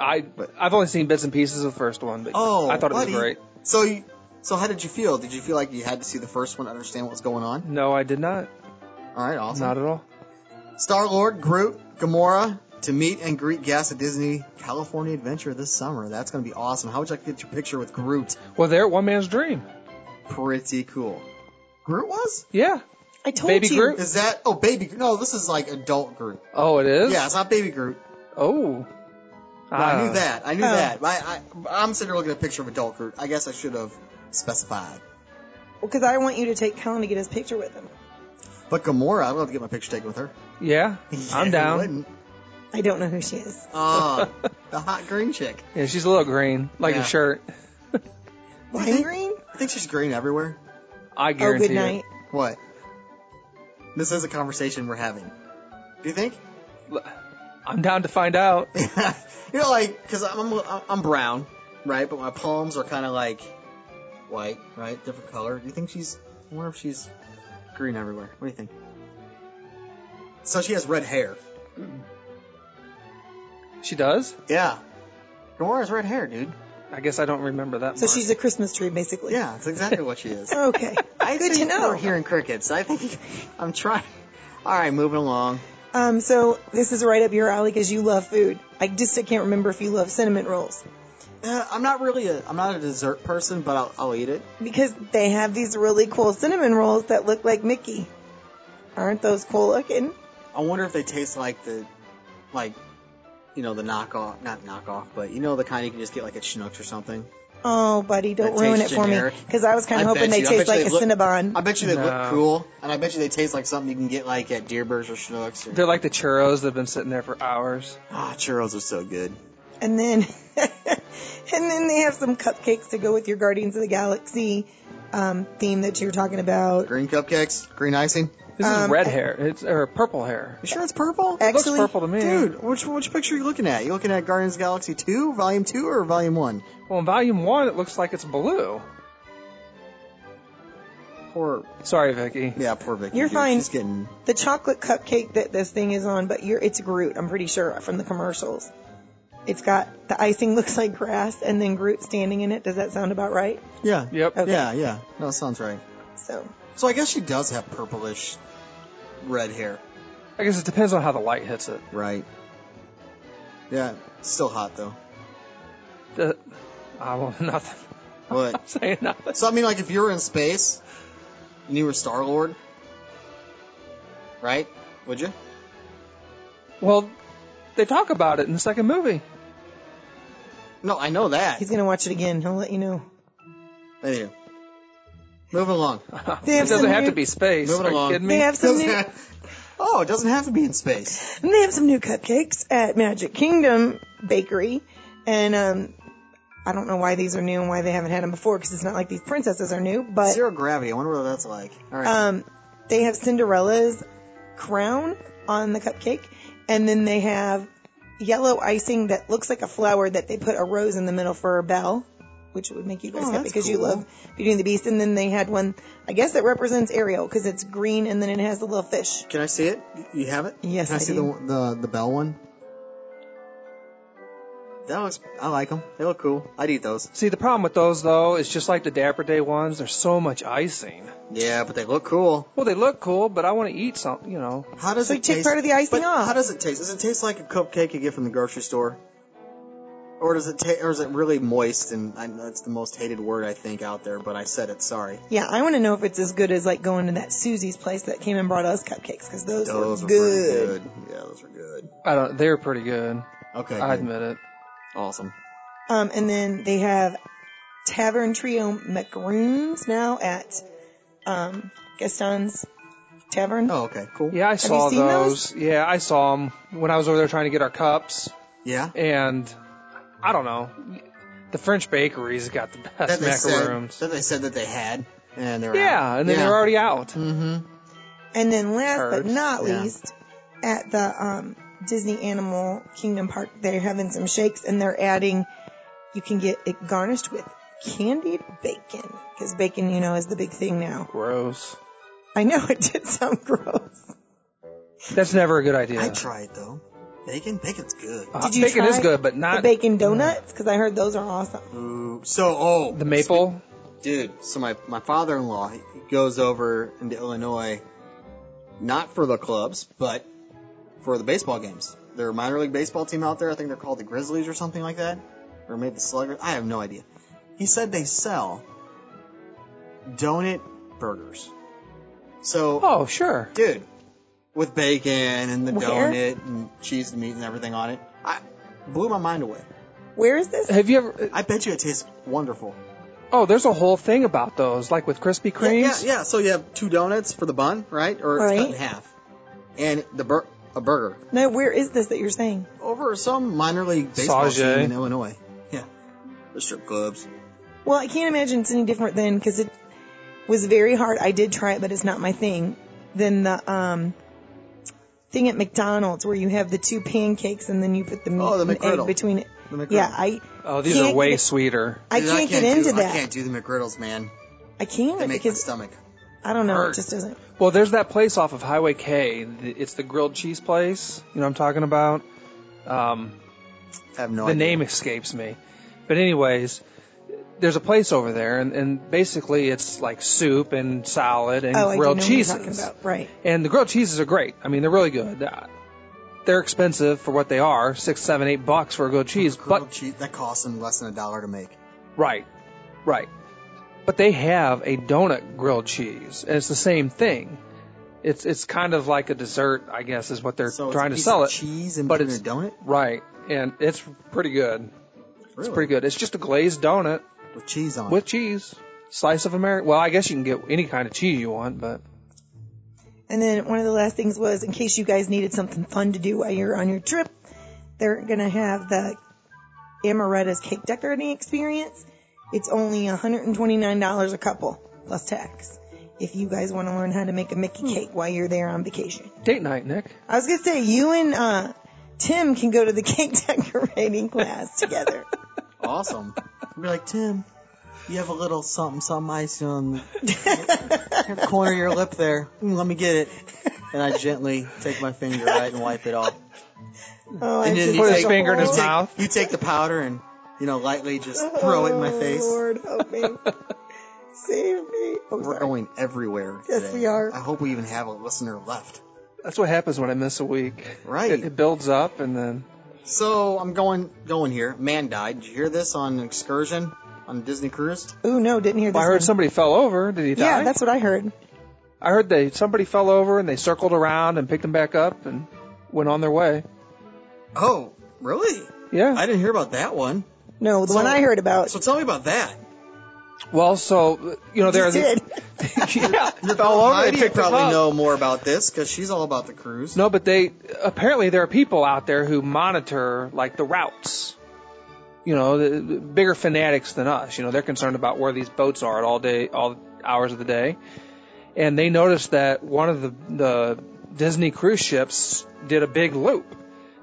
Speaker 5: I I've only seen bits and pieces of the first one, but
Speaker 3: Oh,
Speaker 5: I thought it
Speaker 3: buddy.
Speaker 5: was great.
Speaker 3: So you, so how did you feel? Did you feel like you had to see the first one to understand what's going on?
Speaker 5: No, I did not.
Speaker 3: All right, awesome.
Speaker 5: Not at all.
Speaker 3: Star Lord, Groot, Gamora to meet and greet guests at Disney California Adventure this summer. That's going to be awesome. How would you like to get your picture with Groot?
Speaker 5: Well, there, one man's dream.
Speaker 3: Pretty cool. Groot was?
Speaker 5: Yeah.
Speaker 4: I told
Speaker 5: Baby
Speaker 4: you.
Speaker 5: Groot?
Speaker 3: Is that? Oh, baby. No, this is like adult Groot.
Speaker 5: Oh, it is.
Speaker 3: Yeah, it's not baby Groot.
Speaker 5: Oh.
Speaker 3: No, I
Speaker 5: Ah.
Speaker 3: knew that. I knew
Speaker 4: Oh.
Speaker 3: that. I, I, I'm sitting here looking at a picture of adult Groot. I guess I should have specified.
Speaker 4: Because I want you to take Colin to get his picture with him.
Speaker 3: But Gamora, I'd love to get my picture taken with her.
Speaker 5: Yeah. I'm
Speaker 3: Who
Speaker 5: down.
Speaker 3: wouldn't?
Speaker 4: I don't know who she is.
Speaker 3: Oh, the hot green chick.
Speaker 5: Yeah, she's a little green, like
Speaker 3: Yeah.
Speaker 5: your shirt.
Speaker 4: Lime green?
Speaker 3: I think she's green everywhere.
Speaker 5: I
Speaker 4: Oh,
Speaker 5: guarantee
Speaker 4: good night.
Speaker 3: What? This is a conversation we're having. Do you think?
Speaker 5: it. I'm down to find out.
Speaker 3: you know, like, because I'm, I'm I'm brown, right? But my palms are kind of like white, right? Different color. Do you think she's? I wonder if she's green everywhere. What do you think? So she has red hair.
Speaker 5: She does.
Speaker 3: Yeah. Gamora's red hair, dude.
Speaker 5: I guess I don't remember that.
Speaker 4: So
Speaker 5: much.
Speaker 4: she's a Christmas tree, basically.
Speaker 3: Yeah, that's exactly what she is.
Speaker 4: Okay.
Speaker 3: I
Speaker 4: Good to
Speaker 3: think
Speaker 4: know.
Speaker 3: We're hearing crickets. I think I'm trying. All right, moving along.
Speaker 4: Um, so this is right up your alley because you love food. I just I can't remember if you love cinnamon rolls
Speaker 3: Uh, I'm not really a I'm not a dessert person, but I'll, I'll eat it.
Speaker 4: because they have these really cool cinnamon rolls that look like Mickey. Aren't those cool looking?
Speaker 3: I wonder if they taste like the like you know the knockoff, not knockoff, but you know the kind you can just get like at Chinooks or something.
Speaker 4: Oh, buddy, don't
Speaker 3: That
Speaker 4: ruin it
Speaker 3: tastes
Speaker 4: for me
Speaker 3: generic.
Speaker 4: because I was
Speaker 3: I
Speaker 4: kind of
Speaker 3: bet
Speaker 4: hoping they
Speaker 3: you. I bet
Speaker 4: taste
Speaker 3: you
Speaker 4: like
Speaker 3: they
Speaker 4: a
Speaker 3: look-
Speaker 4: Cinnabon.
Speaker 3: I bet you they
Speaker 5: No.
Speaker 3: look cool, and I bet you they taste like something you can get like at Deerbergs or Schnucks. Or...
Speaker 5: They're like the churros that have been sitting there for hours.
Speaker 3: Ah, churros are so good.
Speaker 4: And then, and then they have some cupcakes to go with your Guardians of the Galaxy um, theme that you were talking about.
Speaker 3: Green cupcakes, green icing.
Speaker 5: This is
Speaker 4: Um,
Speaker 5: red
Speaker 4: I-
Speaker 5: hair. It's or purple hair.
Speaker 3: You sure it's purple?
Speaker 4: Actually,
Speaker 5: Looks purple to me.
Speaker 3: Dude, which which picture are you looking at? You looking at Guardians of the Galaxy two, volume two, or volume one?
Speaker 5: Well, in volume one, it looks like it's blue.
Speaker 3: Poor,
Speaker 5: Sorry, Vicky.
Speaker 3: yeah, poor Vicky.
Speaker 4: You're
Speaker 3: dude.
Speaker 4: fine.
Speaker 3: She's getting
Speaker 4: the chocolate cupcake that this thing is on, but you're, it's Groot. I'm pretty sure from the commercials. It's got the icing looks like grass, and then Groot standing in it. Does that sound about right?
Speaker 3: yeah,
Speaker 5: Yep.
Speaker 4: Okay.
Speaker 3: yeah, yeah. No, sounds right.
Speaker 4: So
Speaker 3: So I guess she does have purplish red hair,
Speaker 5: I guess it depends on how the light hits it.
Speaker 3: right? Yeah, still hot though.
Speaker 5: Uh, I won't nothing.
Speaker 3: But
Speaker 5: I'm saying nothing.
Speaker 3: so I mean, like if you were in space and you were Star Lord, right? Would you?
Speaker 5: Well, they talk about it in the second movie.
Speaker 3: No, I know that.
Speaker 4: he's gonna watch it again. He'll let you know.
Speaker 3: Anyway, moving along.
Speaker 4: They
Speaker 5: It
Speaker 4: have
Speaker 5: doesn't
Speaker 4: some
Speaker 5: have
Speaker 4: new,
Speaker 5: to be space.
Speaker 3: Moving
Speaker 5: Are you
Speaker 3: along.
Speaker 5: kidding me?
Speaker 4: They have some
Speaker 3: Doesn't
Speaker 4: new,
Speaker 3: have- oh, it doesn't have to be in space.
Speaker 4: and they have some new cupcakes at Magic Kingdom Bakery, and um, I don't know why these are new and why they haven't had them before because it's not like these princesses are new, but
Speaker 3: Zero gravity. I wonder what that's like. All right.
Speaker 4: Um, they have Cinderella's crown on the cupcake, and then they have yellow icing that looks like a flower that they put a rose in the middle for a bell, which would make you guys
Speaker 3: Oh,
Speaker 4: happy
Speaker 3: that's
Speaker 4: because you
Speaker 3: cool.
Speaker 4: love Beauty and the Beast. And then they had one, I guess that represents Ariel because it's green and then it has the little fish.
Speaker 3: Can I see it? You have it?
Speaker 4: Yes,
Speaker 3: Can I,
Speaker 4: I
Speaker 3: see
Speaker 4: do.
Speaker 3: the one- the the bell one? That looks. I like them. They look cool. I'd eat those.
Speaker 5: See, the problem with those though is just like the Dapper Day ones. There's so much icing.
Speaker 3: Yeah, but they look cool.
Speaker 5: Well, they look cool, but I want to eat something. You know,
Speaker 3: How does
Speaker 4: So
Speaker 3: it
Speaker 4: take
Speaker 3: taste?
Speaker 4: part of the icing
Speaker 3: but
Speaker 4: off.
Speaker 3: How does it taste? Does it taste like a cupcake you get from the grocery store? Or does it ta- or is it really moist? And I, that's the most hated word I think out there. But I said it. Sorry.
Speaker 4: Yeah, I want to know if it's as good as like going to that Susie's place that came and brought us cupcakes because those,
Speaker 3: Those
Speaker 4: were
Speaker 3: were
Speaker 4: good.
Speaker 3: pretty good. Yeah, those were good.
Speaker 5: I don't. They're pretty good.
Speaker 3: Okay.
Speaker 5: I
Speaker 3: good.
Speaker 5: admit it.
Speaker 3: Awesome.
Speaker 4: Um, and then they have Tavern Trio macaroons now at um, Gaston's Tavern.
Speaker 3: Oh, okay. Cool.
Speaker 5: Yeah, I saw
Speaker 4: you seen
Speaker 5: those. Yeah, I saw them when I was over there trying to get our cups,
Speaker 3: Yeah.
Speaker 5: and I don't know. The French bakery's got the best
Speaker 3: That they said.
Speaker 5: macaroons.
Speaker 3: That they said that they had. And they were
Speaker 5: yeah, and then
Speaker 3: yeah.
Speaker 5: they're already out.
Speaker 3: Mm-hmm.
Speaker 4: And then last but
Speaker 5: Herbs,
Speaker 4: not
Speaker 3: yeah.
Speaker 4: least, at the um, Disney Animal Kingdom Park, they're having some shakes and they're adding, you can get it garnished with candied bacon. Because bacon, you know, is the big thing now.
Speaker 5: Gross.
Speaker 4: I know it did sound gross.
Speaker 5: That's never a good idea.
Speaker 3: I try it though. Bacon, bacon's good.
Speaker 5: Uh,
Speaker 4: Did you
Speaker 5: bacon is
Speaker 4: try
Speaker 5: good, but
Speaker 4: The
Speaker 5: not the,
Speaker 4: bacon donuts, because I heard those are awesome.
Speaker 3: Ooh. So, oh,
Speaker 5: maple.
Speaker 3: dude. So my my father-in-law he goes over into Illinois, not for the clubs, but for the baseball games. They're a minor league baseball team out there. I think they're called the Grizzlies or something like that, or maybe the Sluggers. I have no idea. He said they sell donut burgers. So,
Speaker 5: Oh, sure.
Speaker 3: dude, with bacon and the
Speaker 4: Where?
Speaker 3: donut and cheese and meat and everything on it, I blew my mind away.
Speaker 4: Where is this?
Speaker 5: Have you ever?
Speaker 3: I bet you it tastes wonderful.
Speaker 5: Oh, there's a whole thing about those, like with Krispy
Speaker 3: Yeah,
Speaker 5: Kremes.
Speaker 3: yeah, yeah. So you have two donuts for the bun, right? Or it's cut
Speaker 4: Right.
Speaker 3: in half. And the bur- a burger.
Speaker 4: No, where is this that you're saying?
Speaker 3: Over some minor league baseball
Speaker 5: Sauger.
Speaker 3: team in Illinois. Yeah. The strip clubs.
Speaker 4: Well, I can't imagine it's any different than because it was very hard. I did try it, but it's not my thing. Than the um thing at McDonald's where you have the two pancakes and then you put the meat
Speaker 3: Oh, the
Speaker 4: and
Speaker 3: McGriddle.
Speaker 4: egg between it.
Speaker 3: The McGriddle.
Speaker 4: Yeah, I
Speaker 5: Oh, these
Speaker 4: Can't
Speaker 5: are way
Speaker 4: get-
Speaker 5: sweeter.
Speaker 4: I,
Speaker 3: Dude,
Speaker 4: can't, get
Speaker 3: do-
Speaker 4: into
Speaker 3: I
Speaker 4: that.
Speaker 3: can't do the McGriddles, man.
Speaker 4: I can't,
Speaker 3: They make my
Speaker 4: because
Speaker 3: stomach.
Speaker 4: I don't know.
Speaker 5: hurt.
Speaker 4: It just doesn't.
Speaker 5: Well, there's that place off of Highway K. It's the grilled cheese place. You know what I'm talking about? Um,
Speaker 3: I have no
Speaker 5: the
Speaker 3: idea.
Speaker 5: name escapes me. But anyways, there's a place over there, and, and basically it's like soup and salad and
Speaker 4: Oh, I do know
Speaker 5: grilled
Speaker 4: what you're
Speaker 5: cheeses.
Speaker 4: talking about. Right.
Speaker 5: And the grilled cheeses are great. I mean, they're really good. Uh, They're expensive for what they are six, seven, eight bucks for a grilled cheese.
Speaker 3: Grilled
Speaker 5: But
Speaker 3: cheese that costs them less than a dollar to make.
Speaker 5: right, right. But they have a donut grilled cheese, and it's the same thing. It's it's kind of like a dessert, I guess, is what they're
Speaker 3: So it's a
Speaker 5: trying to
Speaker 3: piece
Speaker 5: sell
Speaker 3: of
Speaker 5: it.
Speaker 3: Cheese and
Speaker 5: but
Speaker 3: between
Speaker 5: it's-
Speaker 3: a donut.
Speaker 5: Right, and it's pretty good. It's
Speaker 3: Really?
Speaker 5: pretty good. It's just a glazed donut
Speaker 3: With cheese on.
Speaker 5: with cheese, slice of America. Well, I guess you can get any kind of cheese you want, but
Speaker 4: And then one of the last things was, in case you guys needed something fun to do while you're on your trip, they're gonna have the Amaretta's cake decorating experience. It's only $129 a couple plus tax. If you guys want to learn how to make a
Speaker 5: Hmm.
Speaker 4: Mickey cake while you're there on vacation,
Speaker 5: date night, Nick.
Speaker 4: I was gonna say you and uh, Tim can go to the cake decorating class together.
Speaker 3: it. Awesome. We're like Tim. You have a little something, something ice on the corner of your lip there. Mm, Let me get it. And I gently take my finger right and wipe it off.
Speaker 4: Oh, I
Speaker 3: And
Speaker 4: just
Speaker 3: you
Speaker 5: Put his
Speaker 4: like,
Speaker 5: finger in his
Speaker 4: oh,
Speaker 3: take-
Speaker 5: mouth.
Speaker 3: You take the powder and you know lightly just throw it in my
Speaker 4: oh,
Speaker 3: face.
Speaker 4: Lord, help me, save me. Oh,
Speaker 3: We're
Speaker 4: sorry.
Speaker 3: going everywhere.
Speaker 4: Yes,
Speaker 3: today.
Speaker 4: we are.
Speaker 3: I hope we even have a listener left.
Speaker 5: That's what happens when I miss a week.
Speaker 3: Right.
Speaker 5: It, it builds up, and then
Speaker 3: So I'm going going here. Man died. Did you hear this on an excursion on a Disney cruise?
Speaker 4: Ooh, no, didn't hear this.
Speaker 5: I heard
Speaker 4: one.
Speaker 5: somebody fell over. Did he die?
Speaker 4: Yeah, that's what I heard.
Speaker 5: I heard they somebody fell over and they circled around and picked him back up and went on their way.
Speaker 3: Oh, really?
Speaker 5: Yeah.
Speaker 3: I didn't hear about that one.
Speaker 4: No, the
Speaker 3: So-
Speaker 4: one I heard about.
Speaker 3: So tell me about that.
Speaker 5: well, so you know there.
Speaker 4: Just did.
Speaker 5: yeah.
Speaker 3: Oh,
Speaker 5: Fell over. They
Speaker 3: Heidi would
Speaker 5: picked him
Speaker 3: probably
Speaker 5: up.
Speaker 3: know more about this because she's all about the cruise.
Speaker 5: No, but they apparently there are people out there who monitor like the routes. You know, the, the bigger fanatics than us. You know, they're concerned about where these boats are at all day, all hours of the day, and they noticed that one of the the Disney cruise ships did a big loop,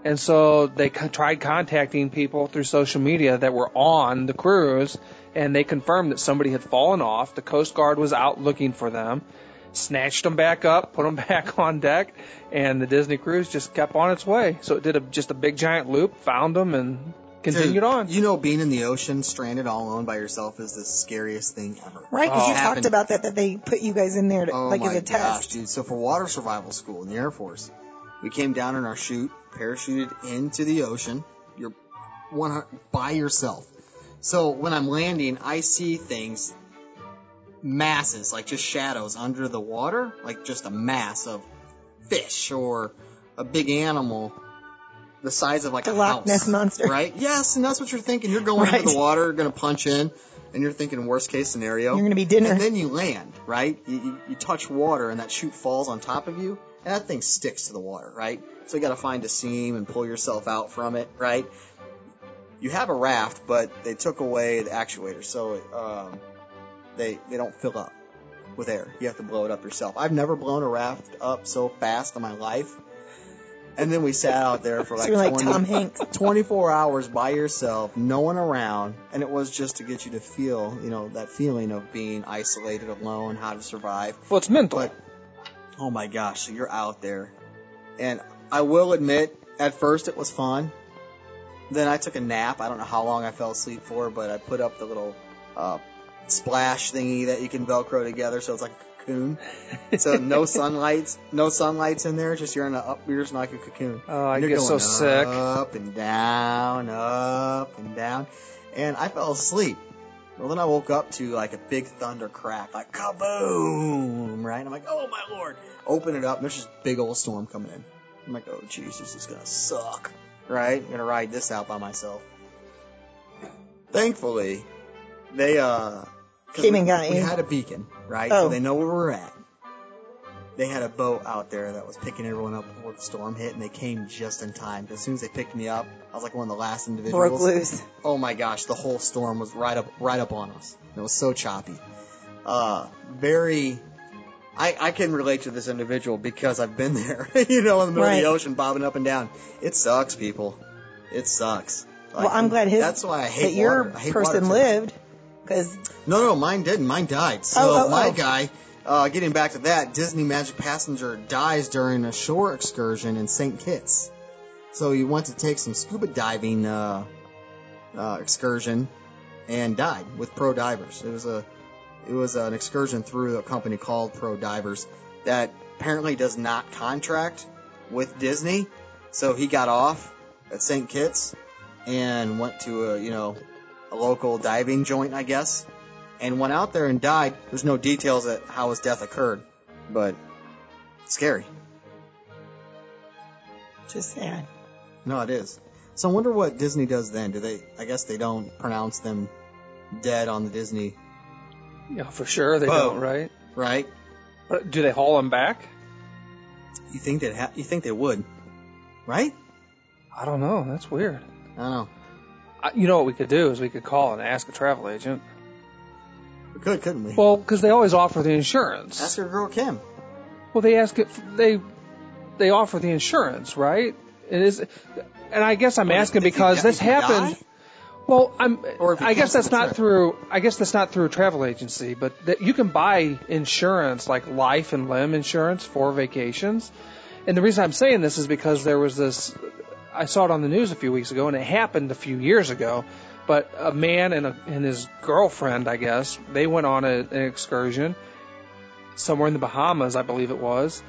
Speaker 5: and so they co- tried contacting people through social media that were on the cruise, and they confirmed that somebody had fallen off. The Coast Guard was out looking for them snatched them back up, put them back on deck, and the Disney cruise just kept on its way. So it did a, just a big giant loop, found them, and continued
Speaker 3: Dude,
Speaker 5: on.
Speaker 3: You know, being in the ocean, stranded all alone by yourself, is the scariest thing ever.
Speaker 4: Right, because
Speaker 5: Oh.
Speaker 4: you
Speaker 3: Happened.
Speaker 4: talked about that, that they put you guys in there to,
Speaker 3: Oh
Speaker 4: like
Speaker 3: my
Speaker 4: as a
Speaker 3: gosh,
Speaker 4: test.
Speaker 3: dude! So for water survival school in the Air Force, we came down in our chute, parachuted into the ocean. You're one hun- by yourself. So when I'm landing, I see things, masses like just shadows under the water, like just a mass of fish or a big animal. The size of like
Speaker 4: The
Speaker 3: a
Speaker 4: Loch
Speaker 3: house,
Speaker 4: Ness Monster.
Speaker 3: right? Yes, and that's what you're thinking. You're going
Speaker 4: Right.
Speaker 3: into the water, gonna punch in, and you're thinking worst case scenario.
Speaker 4: You're gonna be dinner.
Speaker 3: And then you land, right? You, you, you touch water and that chute falls on top of you, and that thing sticks to the water, right? So you gotta find a seam and pull yourself out from it, right? You have a raft, but they took away the actuator, so um, they they don't fill up with air. You have to blow it up yourself. I've never blown a raft up so fast in my life. And then we sat out there for
Speaker 4: So
Speaker 3: like,
Speaker 4: you're like
Speaker 3: 20
Speaker 4: Tom Hanks.
Speaker 3: 24 hours by yourself, no one around, and it was just to get you to feel, you know, that feeling of being isolated, alone, how to survive.
Speaker 5: well, it's mental.
Speaker 3: But oh my gosh, so you're out there. And I will admit, at first it was fun. Then I took a nap. I don't know how long I fell asleep for, but I put up the little uh, splash thingy that you can velcro together, so it's like a cocoon. So no sunlights, no sunlights in there. Just you're in a up, you're just in like a cocoon.
Speaker 5: Oh, I
Speaker 3: And you're
Speaker 5: get so
Speaker 3: going
Speaker 5: sick.
Speaker 3: Up and down, up and down, and I fell asleep. Well, then I woke up to like a big thunder crack, like kaboom, right? I'm like, oh my lord! Open it up, and there's this big old storm coming in. I'm like, oh jeez, this is gonna suck, right? I'm gonna ride this out by myself. Thankfully, they uh 'cause
Speaker 4: Came
Speaker 3: we,
Speaker 4: and got
Speaker 3: we
Speaker 4: you.
Speaker 3: had a beacon, right?
Speaker 4: Oh.
Speaker 3: So they know where we're at. They had a boat out there that was picking everyone up before the storm hit, and they came just in time. 'Cause As soon as they picked me up, I was like one of the last individuals.
Speaker 4: Broke loose.
Speaker 3: Oh my gosh, the whole storm was right up, right up on us. It was so choppy. Uh, very. I, I can relate to this individual because I've been there, you know, in the middle of
Speaker 4: Right.
Speaker 3: the ocean, bobbing up and down. It sucks, people. It sucks.
Speaker 4: well, I'm glad his,
Speaker 3: That's why I hate
Speaker 4: that your
Speaker 3: water. I hate water,
Speaker 4: person
Speaker 3: too.
Speaker 4: lived, because
Speaker 3: No, no, mine didn't. Mine died. So
Speaker 4: Oh, oh,
Speaker 3: my
Speaker 4: oh.
Speaker 3: guy, uh, getting back to that, Disney Magic Passenger dies during a shore excursion in St. Kitts. So he went to take some scuba diving uh, uh, excursion, and died with Pro Divers. It was a it was an excursion through a company called Pro Divers that apparently does not contract with Disney. So he got off at St. Kitts and went to a, you know, a local diving joint, I guess, and went out there and died. There's no details at how his death occurred, but scary.
Speaker 4: Just sad.
Speaker 3: No, it is. So I wonder what Disney does then. Do they? I guess they don't pronounce them dead on the Disney,
Speaker 5: Yeah, for sure they
Speaker 3: Oh.
Speaker 5: don't, right?
Speaker 3: right?
Speaker 5: But do they haul him back?
Speaker 3: You think they ha- you think they would, right?
Speaker 5: I don't know. That's weird.
Speaker 3: I don't know.
Speaker 5: I, you know what we could do is we could call and ask a travel agent.
Speaker 3: We could, couldn't we?
Speaker 5: Well, because they always offer the insurance.
Speaker 3: Ask your girl Kim.
Speaker 5: Well, they ask it. They they offer the insurance, right? It is, and I guess I'm asking
Speaker 3: If you
Speaker 5: because
Speaker 3: di-
Speaker 5: this
Speaker 3: if you
Speaker 5: happened.
Speaker 3: die?
Speaker 5: Well, I'm.
Speaker 3: Or if you
Speaker 5: I guess
Speaker 3: cancel
Speaker 5: that's
Speaker 3: the
Speaker 5: not
Speaker 3: trip.
Speaker 5: through. I guess that's not through a travel agency, but that you can buy insurance like life and limb insurance for vacations. And the reason I'm saying this is because there was this. I saw it on the news a few weeks ago, and it happened a few years ago. But a man and, a, and his girlfriend, I guess, they went on a, an excursion somewhere in the Bahamas, I believe it was.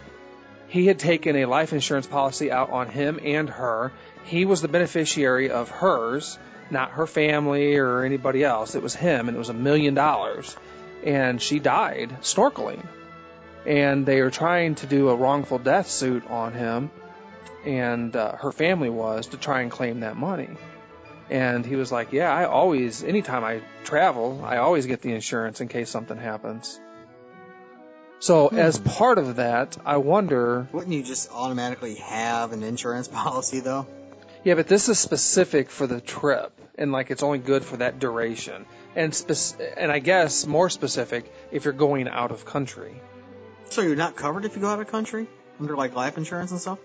Speaker 5: He had taken a life insurance policy out on him and her. He was the beneficiary of hers, not her family or anybody else. It was him, and it was a million dollars. And she died snorkeling. And they were trying to do a wrongful death suit on him, and uh, her family was to try and claim that money. And he was like, Yeah, I always, anytime I travel, I always get the insurance in case something happens. So, as part of that, I wonder
Speaker 3: Wouldn't you just automatically have an insurance policy though?
Speaker 5: Yeah, but this is specific for the trip, and like it's only good for that duration. And spec- and I guess more specific if you're going out of country.
Speaker 3: So you're not covered if you go out of country under like life insurance and stuff.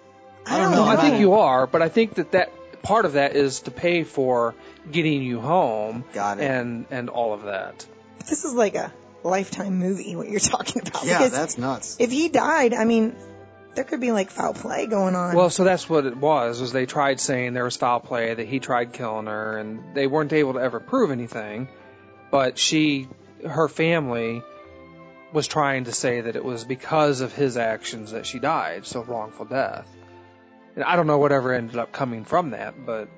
Speaker 4: I don't know.
Speaker 5: I
Speaker 3: about
Speaker 5: think
Speaker 3: it.
Speaker 5: you are, but I think that that part of that is to pay for getting you home
Speaker 3: Got it.
Speaker 5: and and all of that.
Speaker 4: This is like a lifetime movie, what you're talking about.
Speaker 3: yeah,
Speaker 4: because
Speaker 3: that's nuts.
Speaker 4: if he died, I mean, there could be like foul play going on.
Speaker 5: Well, so that's what it was. Was they tried saying there was foul play that he tried killing her, and they weren't able to ever prove anything. But she, her family, was trying to say that it was because of his actions that she died, so wrongful death. And I don't know whatever ended up coming from that, but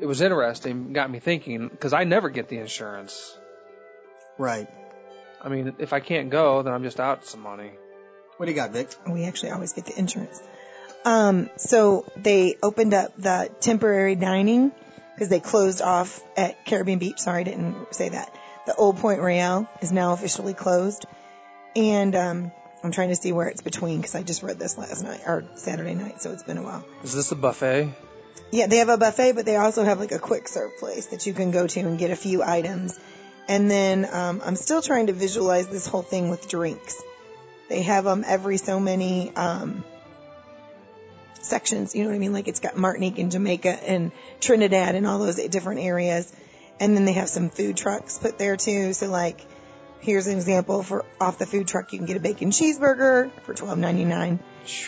Speaker 5: it was interesting. Got me thinking because I never get the insurance.
Speaker 3: Right.
Speaker 5: I mean, if I can't go, then I'm just out some money.
Speaker 3: What do you got, Vic?
Speaker 4: we actually always get the insurance. Um, so they opened up the temporary dining because they closed off at Caribbean Beach. Sorry, I didn't say that. The Old Point Royale is now officially closed. And, um, I'm trying to see where it's between because I just read this last night or Saturday night, so it's been a while.
Speaker 5: Is this a buffet?
Speaker 4: Yeah, they have a buffet, but they also have like a quick serve place that you can go to and get a few items. And then um, I'm still trying to visualize this whole thing with drinks. They have them every so many um, sections. You know what I mean? Like it's got Martinique and Jamaica and Trinidad and all those different areas. And then they have some food trucks put there too. So like, here's an example for off the food truck, you can get a bacon cheeseburger for $12.99.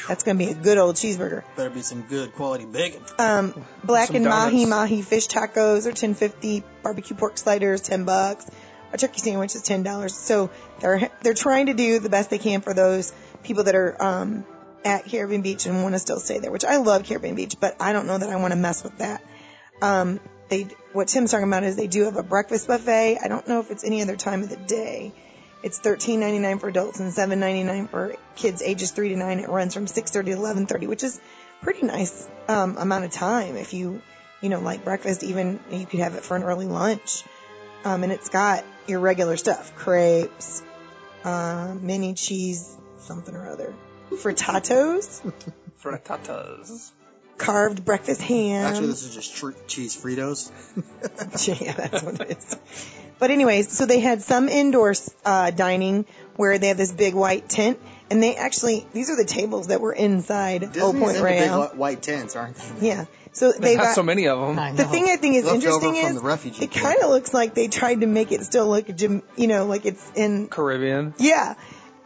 Speaker 4: That's gonna be a good old cheeseburger.
Speaker 3: Better be some good quality bacon.
Speaker 4: Um, black
Speaker 5: Some
Speaker 4: and mahi
Speaker 5: donuts.
Speaker 4: mahi fish tacos are ten fifty. Barbecue pork sliders ten bucks. A turkey sandwich is ten dollars. So they're they're trying to do the best they can for those people that are um, at Caribbean Beach and want to still stay there. Which I love Caribbean Beach, but I don't know that I want to mess with that. Um, they what Tim's talking about is they do have a breakfast buffet. I don't know if it's any other time of the day. It's thirteen ninety nine for adults and seven ninety nine for kids ages three to nine. It runs from six thirty to eleven thirty, which is pretty nice um, amount of time if you you know like breakfast. Even you could have it for an early lunch, um, and it's got your regular stuff: crepes, uh, mini cheese, something or other, frittatas,
Speaker 5: Frittatas.
Speaker 4: carved breakfast ham.
Speaker 3: Actually, this is just tr- cheese Fritos.
Speaker 4: yeah, that's what it is. But anyways, so they had some indoor uh, dining where they have this big white tent, and they actually these are the tables that were inside Old
Speaker 5: Oh,
Speaker 3: Disney's
Speaker 4: Point
Speaker 3: into
Speaker 4: Royale.
Speaker 3: big whi- white tents, aren't they?
Speaker 4: Yeah, so
Speaker 5: They
Speaker 4: they've
Speaker 5: have
Speaker 4: got,
Speaker 5: so many of them.
Speaker 4: the thing I think is
Speaker 3: Left
Speaker 4: interesting
Speaker 3: over from
Speaker 4: is
Speaker 3: the refugee
Speaker 4: it
Speaker 3: camp.
Speaker 4: kind of looks like they tried to make it still look, Jim- you know, like it's in
Speaker 5: Caribbean.
Speaker 4: yeah,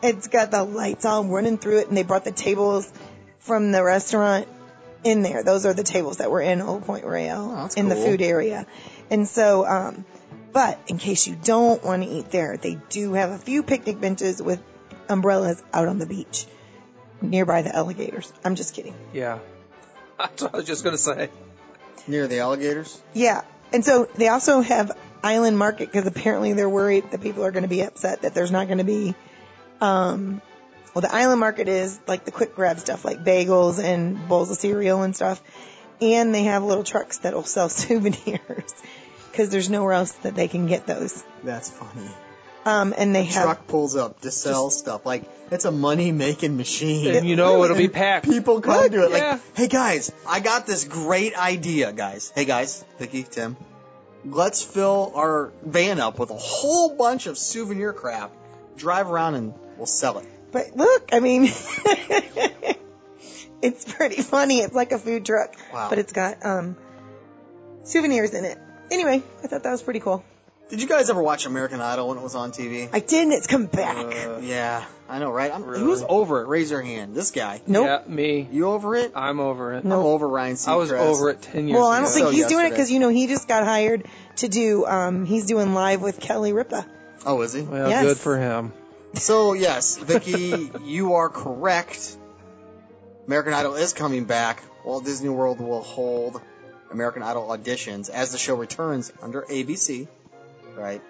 Speaker 4: it's got the lights all running through it, and they brought the tables from the restaurant in there. Those are the tables that were in Old Point Royale
Speaker 3: Oh, that's
Speaker 4: in the
Speaker 3: cool.
Speaker 4: food area, and so um, But in case you don't want to eat there, they do have a few picnic benches with umbrellas out on the beach nearby the alligators. I'm just kidding.
Speaker 5: Yeah. That's what I was just going to say.
Speaker 3: Near the alligators?
Speaker 4: Yeah. And so they also have Island Market because apparently they're worried that people are going to be upset that there's not going to be, um, well, the Island Market is like the quick grab stuff like bagels and bowls of cereal and stuff. And they have little trucks that'll sell souvenirs because there's nowhere else that they can get those.
Speaker 3: That's funny.
Speaker 4: Um, and they have,
Speaker 3: Truck pulls up to sell stuff. Like, it's a money making machine.
Speaker 5: And you know it'll be packed.
Speaker 3: People come
Speaker 5: What?
Speaker 3: to it
Speaker 5: Yeah.
Speaker 3: like, hey guys, I got this great idea, guys. Hey guys, Vicky, Tim, let's fill our van up with a whole bunch of souvenir crap, drive around and we'll sell it.
Speaker 4: but look, I mean, it's pretty funny. It's like a food truck,
Speaker 3: Wow.
Speaker 4: but it's got, um, souvenirs in it. Anyway, I thought that was pretty cool.
Speaker 3: Did you guys ever watch American Idol when it was on TV?
Speaker 4: I did, and it's come back.
Speaker 3: Uh, yeah, I know, right? I'm,
Speaker 5: Really?
Speaker 3: Who's over it? Raise your hand. This guy.
Speaker 4: nope.
Speaker 5: Yeah, me.
Speaker 3: You over it?
Speaker 5: I'm over it.
Speaker 3: I'm over Ryan Seacrest.
Speaker 5: I was over it 10 years
Speaker 4: Well, I don't
Speaker 5: ago.
Speaker 4: think
Speaker 3: So
Speaker 4: he's doing it
Speaker 3: yesterday.
Speaker 4: because you know he just got hired to do. Um, he's doing live with Kelly Ripa.
Speaker 3: Oh, is he?
Speaker 5: Well,
Speaker 4: Yes.
Speaker 5: good for him.
Speaker 3: So yes, Vicky, you are correct. American Idol is coming back. Walt Disney World will hold American Idol auditions as the show returns under ABC, right?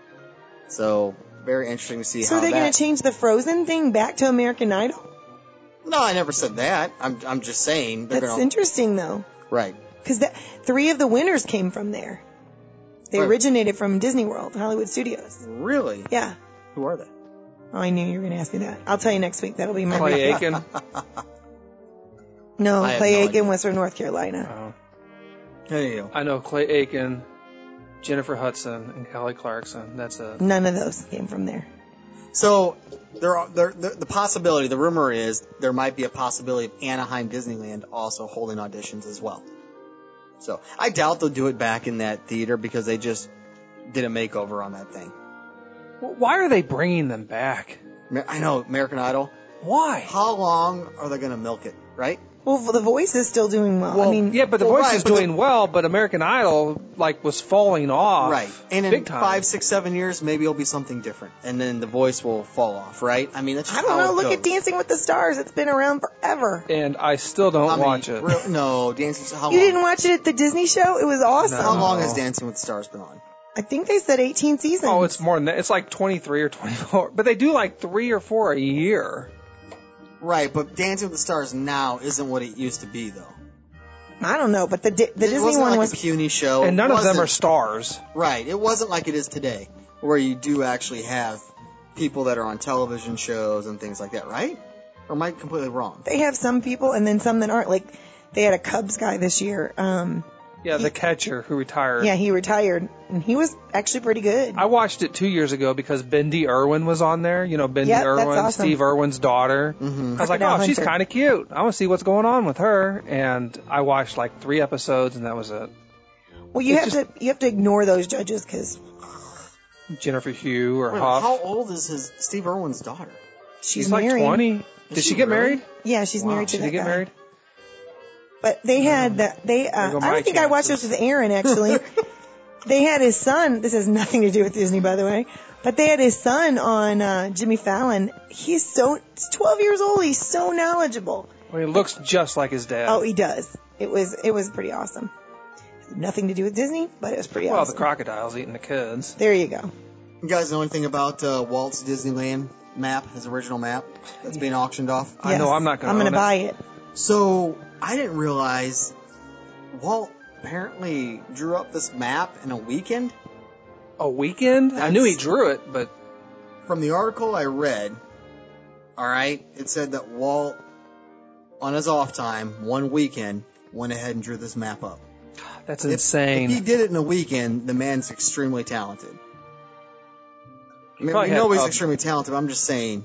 Speaker 3: So very interesting to see
Speaker 4: So
Speaker 3: how
Speaker 4: they're going
Speaker 3: that.
Speaker 4: to change the Frozen thing back to American Idol.
Speaker 3: no, I never said that. I'm I'm just saying they're
Speaker 4: That's
Speaker 3: gonna
Speaker 4: interesting though,
Speaker 3: right.
Speaker 4: because three of the winners came from there. They
Speaker 3: Right.
Speaker 4: originated from Disney World, Hollywood Studios.
Speaker 3: Really?
Speaker 4: Yeah.
Speaker 3: Who are they?
Speaker 4: Oh, I knew you were going to ask me that. I'll tell you next week. That'll be my
Speaker 5: Clay
Speaker 4: recap.
Speaker 5: Aiken.
Speaker 4: No,
Speaker 3: I have
Speaker 4: Clay
Speaker 3: no
Speaker 4: Aiken,
Speaker 3: idea.
Speaker 4: Western North Carolina.
Speaker 5: Oh.
Speaker 3: There you go.
Speaker 5: I know Clay Aiken, Jennifer Hudson, and Kelly Clarkson. That's
Speaker 3: Mm.
Speaker 5: it.
Speaker 4: None of those came from there.
Speaker 3: So there are there, the, the possibility. The rumor is there might be a possibility of Anaheim Disneyland also holding auditions as well. So I doubt they'll do it back in that theater because they just did a makeover on that thing.
Speaker 5: Why are they bringing them back?
Speaker 3: Amer- I know American Idol.
Speaker 5: Why?
Speaker 3: How long are they going to milk it? Right?
Speaker 4: Well, The Voice is still doing well. I
Speaker 3: Well,
Speaker 4: mean,
Speaker 5: Yeah, but The
Speaker 3: Well,
Speaker 5: Voice
Speaker 3: right,
Speaker 5: is
Speaker 3: but the-
Speaker 5: doing well, but American Idol like was falling off.
Speaker 3: Right. And in
Speaker 5: big time.
Speaker 3: five, six, seven years, maybe it'll be something different, and then the voice will fall off. Right? I mean, that's just
Speaker 4: I don't
Speaker 3: how
Speaker 4: know.
Speaker 3: it
Speaker 4: Look at
Speaker 3: goes.
Speaker 4: Dancing with the Stars. It's been around forever.
Speaker 5: and I still don't
Speaker 3: How many-
Speaker 5: watch it.
Speaker 3: real- no, dancing. How
Speaker 4: You
Speaker 3: long?
Speaker 4: didn't watch it at the Disney show? It was awesome.
Speaker 3: How
Speaker 5: No.
Speaker 3: long has Dancing with the Stars been on?
Speaker 4: I think they said 18 seasons.
Speaker 5: Oh, it's more than that. It's like 23 or 24. But they do like three or four a year.
Speaker 3: Right, but Dancing with the Stars now isn't what it used to be, though.
Speaker 4: I don't know, but the Di- the
Speaker 3: it
Speaker 4: Disney
Speaker 3: wasn't
Speaker 4: one
Speaker 3: like
Speaker 4: was
Speaker 3: a puny show,
Speaker 5: And
Speaker 3: It
Speaker 5: none of them are
Speaker 3: wasn't-
Speaker 5: stars.
Speaker 3: right. It wasn't like it is today, where you do actually have people that are on television shows and things like that, right? Or am I completely wrong?
Speaker 4: they have some people and then some that aren't. Like they had a Cubs guy this year. Um,
Speaker 5: Yeah, the catcher who retired.
Speaker 4: yeah, he retired and he was actually pretty good.
Speaker 5: I watched it two years ago because Bendy Irwin was on there. You know, Bendy
Speaker 4: Yep, that's
Speaker 5: Irwin,
Speaker 4: awesome.
Speaker 5: Steve Irwin's daughter. Mm-hmm. I was like, oh,
Speaker 4: Crocodile
Speaker 5: she's
Speaker 4: Hunter.
Speaker 5: kind of cute. I want to see what's going on with her. And I watched like three episodes, and that was it.
Speaker 4: well, you
Speaker 5: it's
Speaker 4: have to you have to ignore those judges because
Speaker 5: Jennifer Hugh or
Speaker 3: Wait,
Speaker 5: Huff.
Speaker 3: how old is his Steve Irwin's daughter?
Speaker 4: she's,
Speaker 5: she's like
Speaker 4: married.
Speaker 5: 20. Did
Speaker 3: she
Speaker 5: she, get
Speaker 3: really?
Speaker 5: married?
Speaker 4: Yeah, she's
Speaker 3: Wow,
Speaker 4: married to
Speaker 5: Did
Speaker 4: that
Speaker 5: they get
Speaker 4: guy.
Speaker 5: married?
Speaker 4: But they had that they. Uh, I
Speaker 5: There go
Speaker 4: don't
Speaker 5: my
Speaker 4: think I watched this
Speaker 5: chances.
Speaker 4: with Aaron actually. they had his son. This has nothing to do with Disney, by the way. But they had his son on uh, Jimmy Fallon. He's so he's 12 years old. He's so knowledgeable.
Speaker 5: Well, he looks just like his dad.
Speaker 4: Oh, he does. It was it was pretty awesome. Nothing to do with Disney, but it was pretty
Speaker 5: well,
Speaker 4: awesome.
Speaker 5: the crocodile's eating the kids.
Speaker 4: there you go.
Speaker 3: You guys know anything about uh, Walt's Disneyland map, his original map that's being auctioned off?
Speaker 5: I know I'm not gonna
Speaker 4: I'm gonna
Speaker 5: own it.
Speaker 4: buy it.
Speaker 3: So I didn't realize Walt apparently drew up this map in a weekend.
Speaker 5: A weekend? I knew he
Speaker 3: That's-
Speaker 5: drew it, but
Speaker 3: from the article I read, all right, it said that Walt, on his off time, one weekend, went ahead and drew this map up.
Speaker 5: that's
Speaker 3: If-
Speaker 5: insane.
Speaker 3: If, he did it in a weekend, the man's extremely talented. I mean, we
Speaker 5: probably had
Speaker 3: know he's
Speaker 5: a-
Speaker 3: extremely talented. but I'm just saying.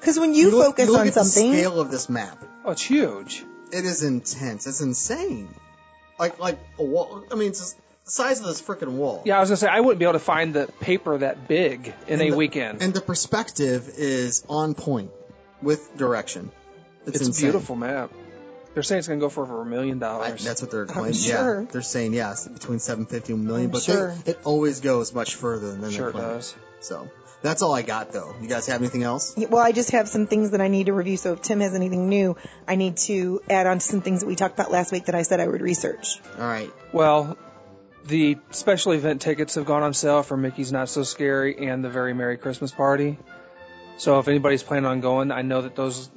Speaker 4: Because when you,
Speaker 3: look-
Speaker 4: focus
Speaker 3: you look
Speaker 4: on
Speaker 3: at the
Speaker 4: something,
Speaker 3: scale of this map.
Speaker 5: oh, it's huge.
Speaker 3: It is intense. It's insane. Like like a wall. I mean, it's just the size of this freaking wall.
Speaker 5: Yeah, I was gonna say I wouldn't be able to find the paper that big in a
Speaker 3: the-
Speaker 5: weekend.
Speaker 3: And the perspective is on point with direction. It's,
Speaker 5: it's a
Speaker 3: insane.
Speaker 5: beautiful map. They're saying it's going to go for over a million
Speaker 3: I-
Speaker 5: dollars.
Speaker 3: that's what they're
Speaker 4: I'm
Speaker 3: claiming.
Speaker 4: sure.
Speaker 3: Yeah, they're saying yes, between 750 and a million,
Speaker 4: I'm
Speaker 3: but
Speaker 4: sure.
Speaker 3: they, it always goes much further than
Speaker 5: Sure
Speaker 3: they're
Speaker 5: it
Speaker 3: claiming.
Speaker 5: does.
Speaker 3: So that's all I got though. You guys have anything else?
Speaker 4: Yeah, Well, I just have some things that I need to review. So if Tim has anything new, I need to add on to some things that we talked about last week that I said I would research.
Speaker 3: All right.
Speaker 5: Well, the special event tickets have gone on sale for Mickey's Not So Scary and the Very Merry Christmas Party. So if anybody's planning on going, I know that those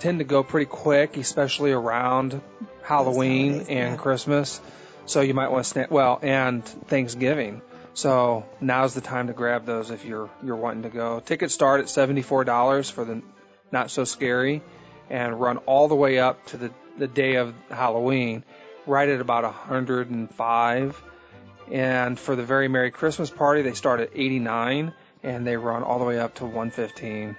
Speaker 5: tend to go pretty quick, especially around Halloween
Speaker 4: holidays,
Speaker 5: and
Speaker 4: yeah.
Speaker 5: Christmas. So you might want to snap well and Thanksgiving. So now's the time to grab those if you're you're wanting to go. Tickets start at seventy four dollars for the Not So Scary, and run all the way up to the the day of Halloween, right at about 105. And for the Very Merry Christmas Party, they start at 89 and they run all the way up to 115.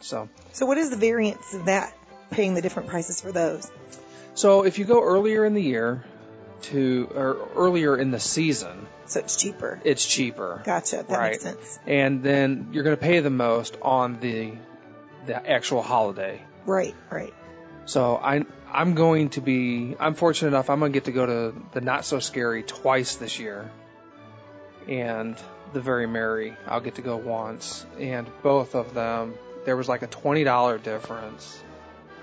Speaker 5: So,
Speaker 4: So what is the variance of that? Paying the different prices for those.
Speaker 5: so if you go earlier in the year to or earlier in the season,
Speaker 4: So it's cheaper.
Speaker 5: it's cheaper.
Speaker 4: Gotcha. That
Speaker 5: Right.
Speaker 4: makes sense.
Speaker 5: And then you're going to pay the most on the the actual holiday.
Speaker 4: Right, right.
Speaker 5: So I I'm going to be I'm fortunate enough I'm gonna get to go to the not so scary twice this year, and the very merry I'll get to go once, and both of them there was like a twenty dollar difference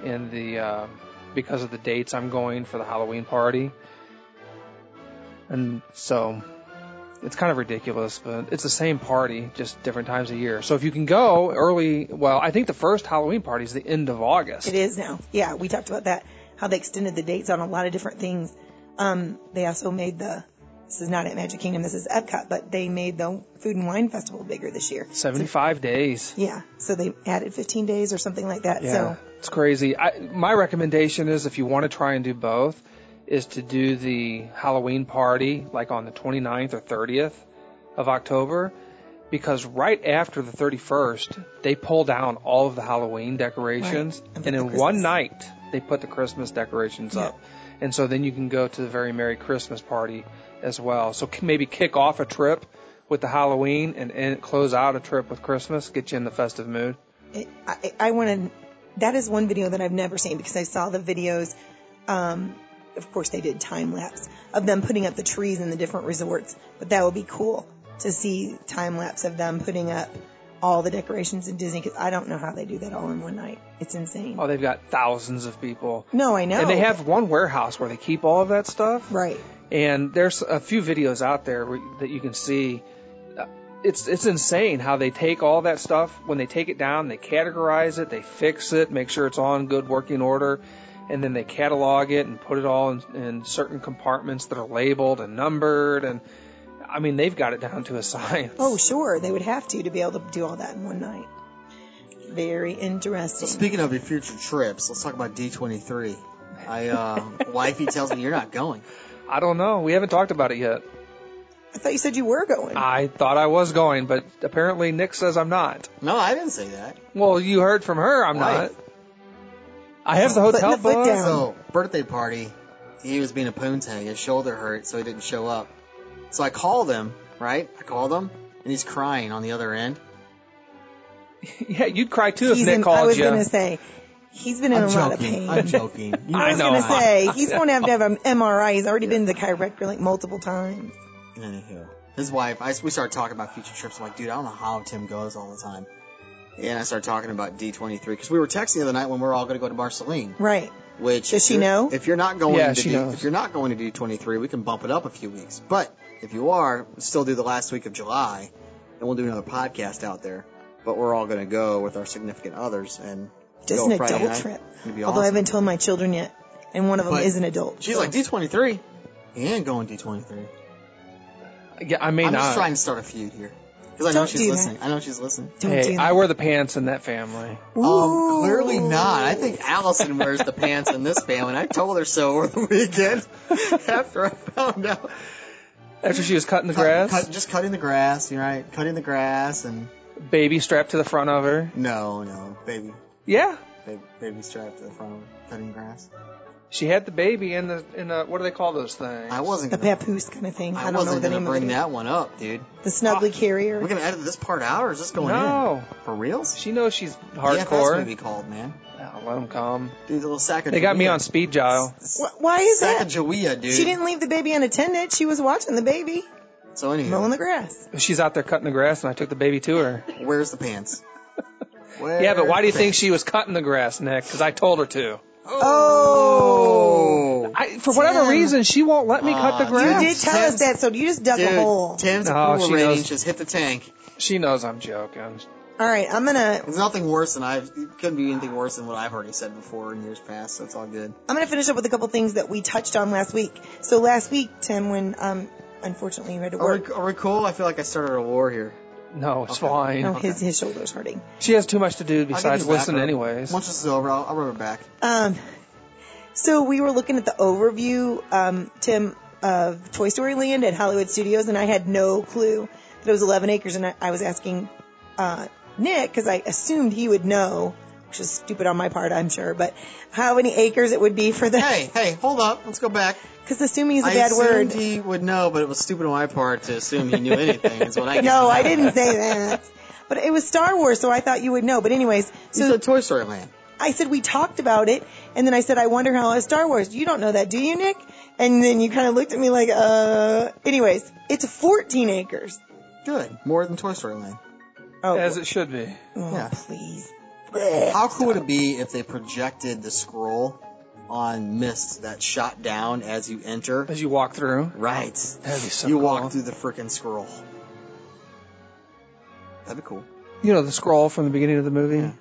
Speaker 5: in the uh, because of the dates I'm going for the Halloween party, and so. It's kind of ridiculous, but it's the same party, just different times a year. So if you can go early, well, I think the first Halloween party is the end of August.
Speaker 4: It is now. Yeah, we talked about that. How they extended the dates on a lot of different things. Um, they also made the. This is not at Magic Kingdom. This is Epcot, but they made the Food and Wine Festival bigger this year.
Speaker 5: 75 days.
Speaker 4: Yeah, so they added 15 days or something like that.
Speaker 5: Yeah.
Speaker 4: So
Speaker 5: It's crazy. I, my recommendation is if you want to try and do both, is to do the Halloween party like on the 29th or 30th of October because right after the 31st, they pull down all of the Halloween decorations
Speaker 4: Right. And put
Speaker 5: and
Speaker 4: the
Speaker 5: in one
Speaker 4: Christmas.
Speaker 5: night they put the Christmas decorations
Speaker 4: Yeah.
Speaker 5: up. And so then you can go to the very Merry Christmas party as well. So c- maybe kick off a trip with the Halloween and, and close out a trip with Christmas, get you in the festive mood.
Speaker 4: it, I, I want to. That is one video that I've never seen because I saw the videos. Um, of course, they did time lapse of them putting up the trees in the different resorts, but that would be cool to see time lapse of them putting up all the decorations in Disney because I don't know how they do that all in one night. It's insane.
Speaker 5: Oh, they've got thousands of people.
Speaker 4: No, I know.
Speaker 5: And they have one warehouse where they keep all of that stuff.
Speaker 4: right.
Speaker 5: And there's a few videos out there where, that you can see. Uh, It's it's insane how they take all that stuff when they take it down, they categorize it, they fix it, make sure it's all in good working order, and then they catalog it and put it all in, in certain compartments that are labeled and numbered. And I mean, they've got it down to a science.
Speaker 4: Oh, sure. They would have to to be able to do all that in one night. Very interesting.
Speaker 3: Speaking of your future trips, let's talk about D23. I uh, wifey tells me you're not going.
Speaker 5: I don't know. We haven't talked about it yet.
Speaker 4: I thought you said you were going.
Speaker 5: Ah, I thought I was going, but apparently Nick says I'm not.
Speaker 3: No, I didn't say that.
Speaker 5: Well, you heard from her. I'm not.
Speaker 3: Right.
Speaker 5: I have the hotel
Speaker 4: Putting the foot
Speaker 5: booked.
Speaker 4: down.
Speaker 3: So birthday party, he was being a poontang. His shoulder hurt, so he didn't show up. So I called him. Right, I called him, and he's crying on the other end.
Speaker 5: Yeah, you'd cry too if
Speaker 4: He's
Speaker 5: Nick
Speaker 4: in- I
Speaker 5: called
Speaker 4: was
Speaker 5: you.
Speaker 4: gonna say he's been in
Speaker 3: I'm
Speaker 4: a lot of
Speaker 3: joking.
Speaker 4: pain.
Speaker 3: I'm joking. You
Speaker 5: I
Speaker 4: was
Speaker 5: know.
Speaker 4: gonna say he's
Speaker 5: I
Speaker 4: going to have to have an MRI. He's already been to the chiropractor like multiple times.
Speaker 3: Anywho, his wife, I, we started talking about future trips. I'm like, dude, I don't know how Tim goes all the time. And I started talking about D23 because we were texting the other night when we were all going to go to Marceline.
Speaker 4: Right.
Speaker 3: Which
Speaker 4: Does she
Speaker 3: if you're-
Speaker 4: know?
Speaker 3: If you're not going
Speaker 5: Yeah,
Speaker 3: to
Speaker 5: she
Speaker 3: D-
Speaker 5: knows.
Speaker 3: if you're not going to D23, we can bump it up a few weeks. But if you are, still do the last week of July, and we'll do another podcast out there. But we're all going to go with our significant others and
Speaker 4: Just
Speaker 3: go
Speaker 4: an
Speaker 3: Friday
Speaker 4: adult
Speaker 3: night.
Speaker 4: trip.
Speaker 3: It'd be
Speaker 4: Although I
Speaker 3: awesome.
Speaker 4: haven't told my children yet, and one of them
Speaker 3: But
Speaker 4: is an adult.
Speaker 3: She's
Speaker 4: so-
Speaker 3: like D23. He ain't going D23.
Speaker 5: yeah, I may
Speaker 3: I'm
Speaker 5: not.
Speaker 3: just trying to start a feud here because I know
Speaker 4: Don't
Speaker 3: she's
Speaker 4: do that.
Speaker 3: listening. I know she's listening.
Speaker 4: Don't
Speaker 5: hey,
Speaker 4: do that.
Speaker 5: I wear the pants in that family.
Speaker 3: Um,
Speaker 4: Ooh.
Speaker 3: clearly not. I think Allison wears the pants in this family. and I told her so over the weekend after I found out.
Speaker 5: After she was cutting the
Speaker 3: Cut-
Speaker 5: grass,
Speaker 3: cut- just cutting the grass, you're right. Cutting the grass and
Speaker 5: baby strapped to the front of her.
Speaker 3: no, no, baby,
Speaker 5: Yeah,
Speaker 3: baby, baby strapped to the front of her, cutting grass.
Speaker 5: She had the baby in the in a what do they call those things?
Speaker 3: I wasn't
Speaker 4: A
Speaker 3: gonna,
Speaker 4: papoose kind of thing. I,
Speaker 3: I
Speaker 4: don't know
Speaker 3: wasn't
Speaker 4: the
Speaker 3: gonna
Speaker 4: name
Speaker 3: bring
Speaker 4: of it.
Speaker 3: that one up, dude.
Speaker 4: The snuggly carrier.
Speaker 3: We're gonna edit this part out, or is this going
Speaker 5: no,
Speaker 3: in for reals?
Speaker 5: she knows she's
Speaker 3: DFS
Speaker 5: hardcore.
Speaker 3: movie called man.
Speaker 5: Yeah, let them come.
Speaker 3: Dude, the little sack of
Speaker 5: They got me
Speaker 3: Jawea.
Speaker 5: on speed dial.
Speaker 4: Wh- Why is
Speaker 3: Sack
Speaker 4: that?
Speaker 3: of Jawea, dude.
Speaker 4: She didn't leave the baby unattended. She was watching the baby
Speaker 3: So anyhow,
Speaker 4: mowing the grass.
Speaker 5: She's out there cutting the grass, and I took the baby to her.
Speaker 3: where's the pants?
Speaker 5: Yeah, but why do you
Speaker 3: Where's the
Speaker 5: think she was cutting the grass, Nick? Because I told her to.
Speaker 3: Oh.
Speaker 5: I, for whatever
Speaker 4: Tim.
Speaker 5: reason, she won't let me cut the
Speaker 3: Aw,
Speaker 4: Ah, You
Speaker 5: grass.
Speaker 4: did tell us that, so you just dug
Speaker 3: Dude,
Speaker 4: a hole.
Speaker 3: Tim's
Speaker 5: No,
Speaker 3: approval
Speaker 5: she
Speaker 3: ratings
Speaker 5: knows.
Speaker 3: just hit the tank.
Speaker 5: She knows I'm joking.
Speaker 4: All right, I'm gonna
Speaker 3: There's nothing worse than I've, it couldn't be anything worse than what I've already said before in years past, so it's all good.
Speaker 4: I'm gonna finish up with a couple things that we touched on last week. So last week, Tim, when um unfortunately you had to
Speaker 3: Are
Speaker 4: work,
Speaker 3: we, are we cool? I feel like I started a war here.
Speaker 5: No, it's
Speaker 3: Okay.
Speaker 5: fine.
Speaker 4: no, Oh, his his shoulders hurting.
Speaker 5: She has too much to do
Speaker 3: I'll give
Speaker 5: besides
Speaker 3: you back
Speaker 5: listen,
Speaker 3: rub.
Speaker 5: anyways.
Speaker 3: Once this is over, I'll, I'll rub it back.
Speaker 4: Um, so we were looking at the overview, um, Tim, of Toy Story Land at Hollywood Studios, and I had no clue that it was 11 acres, and I, I was asking uh, Nick because I assumed he would know, which is stupid on my part, I'm sure, but how many acres it would be for the
Speaker 3: Hey, hey, hold up. Let's go back.
Speaker 4: because assuming is a
Speaker 3: I
Speaker 4: bad
Speaker 3: assumed
Speaker 4: word.
Speaker 3: he would know, but it was stupid on my part to assume he knew anything. is what I
Speaker 4: no, I didn't say that. But it was Star Wars, so I thought you would know. But anyways,
Speaker 3: He
Speaker 4: so
Speaker 3: said Toy Story Land.
Speaker 4: I said we talked about it, and then I said I wonder how it's Star Wars. You don't know that, do you, Nick? And then you kind of looked at me like, uh. Anyways, it's 14 acres.
Speaker 3: Good. More than Toy Story Land.
Speaker 4: Oh,
Speaker 5: As it should be.
Speaker 4: oh,
Speaker 3: yeah.
Speaker 4: please.
Speaker 3: How cool would it be if they projected the scroll on mist that shot down as you enter?
Speaker 5: As you walk through.
Speaker 3: Right.
Speaker 5: That'd be so
Speaker 3: you
Speaker 5: cool.
Speaker 3: walk through the freaking scroll. That'd be cool.
Speaker 5: You know the scroll from the beginning of the movie?
Speaker 3: Yeah.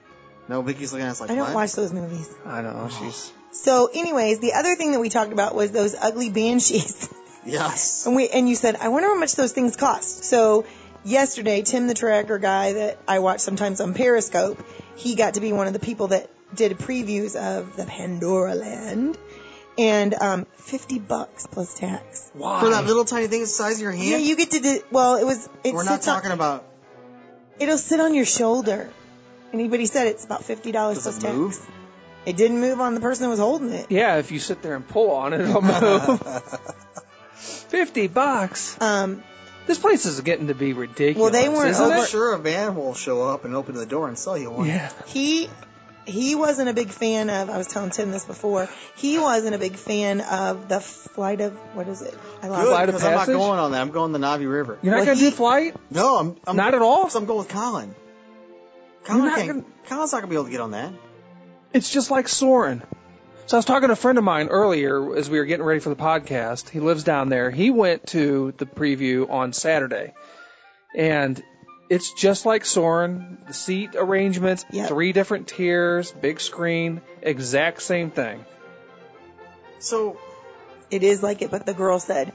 Speaker 3: No, Vicky's looking at us like,
Speaker 4: I don't
Speaker 3: what?
Speaker 4: watch those movies.
Speaker 5: I know. She's
Speaker 4: So, anyways, the other thing that we talked about was those ugly banshees.
Speaker 3: Yes.
Speaker 5: Oh
Speaker 4: And we and you said, I wonder how much those things cost. So yesterday, Tim the tracker guy that I watch sometimes on Periscope, he got to be one of the people that did previews of the Pandora Land, and um, fifty bucks plus tax.
Speaker 5: why?
Speaker 3: For that little tiny thing the size of your hand?
Speaker 4: Yeah, you get to. Do, well, it was. It
Speaker 3: We're not
Speaker 4: sits on-
Speaker 3: talking about.
Speaker 4: it'll sit on your shoulder. Anybody said it's about fifty dollars
Speaker 3: Does
Speaker 4: plus
Speaker 3: it
Speaker 4: tax.
Speaker 3: move?
Speaker 4: It didn't move on the person that was holding it.
Speaker 5: yeah, if you sit there and pull on it, it'll move. Fifty bucks.
Speaker 4: Um,
Speaker 5: This place is getting to be ridiculous.
Speaker 4: Well, they weren't
Speaker 5: isn't
Speaker 4: over-
Speaker 3: I'm
Speaker 5: it?
Speaker 3: sure a van will show up and open the door and sell you one.
Speaker 5: Yeah.
Speaker 4: he he wasn't a big fan of. I was telling Tim this before. He wasn't a big fan of the flight of what is it? I lost.
Speaker 3: Good,
Speaker 5: Flight of
Speaker 3: because I'm not
Speaker 5: passage?
Speaker 3: going on that. I'm going the Navi River.
Speaker 5: You're not
Speaker 4: Well,
Speaker 5: gonna do
Speaker 4: he-
Speaker 5: flight?
Speaker 3: No, I'm, I'm
Speaker 5: Not at all?
Speaker 3: So I'm going with Colin. Colin
Speaker 5: You're not
Speaker 3: can't- Colin's not gonna be able to get on that.
Speaker 5: It's just like soaring. So I was talking to a friend of mine earlier as we were getting ready for the podcast. He lives down there. He went to the preview on Saturday, and it's just like soaring. The seat arrangements,
Speaker 4: Yep.
Speaker 5: three different tiers, big screen, exact same thing.
Speaker 3: So
Speaker 4: It is like it, but the girl said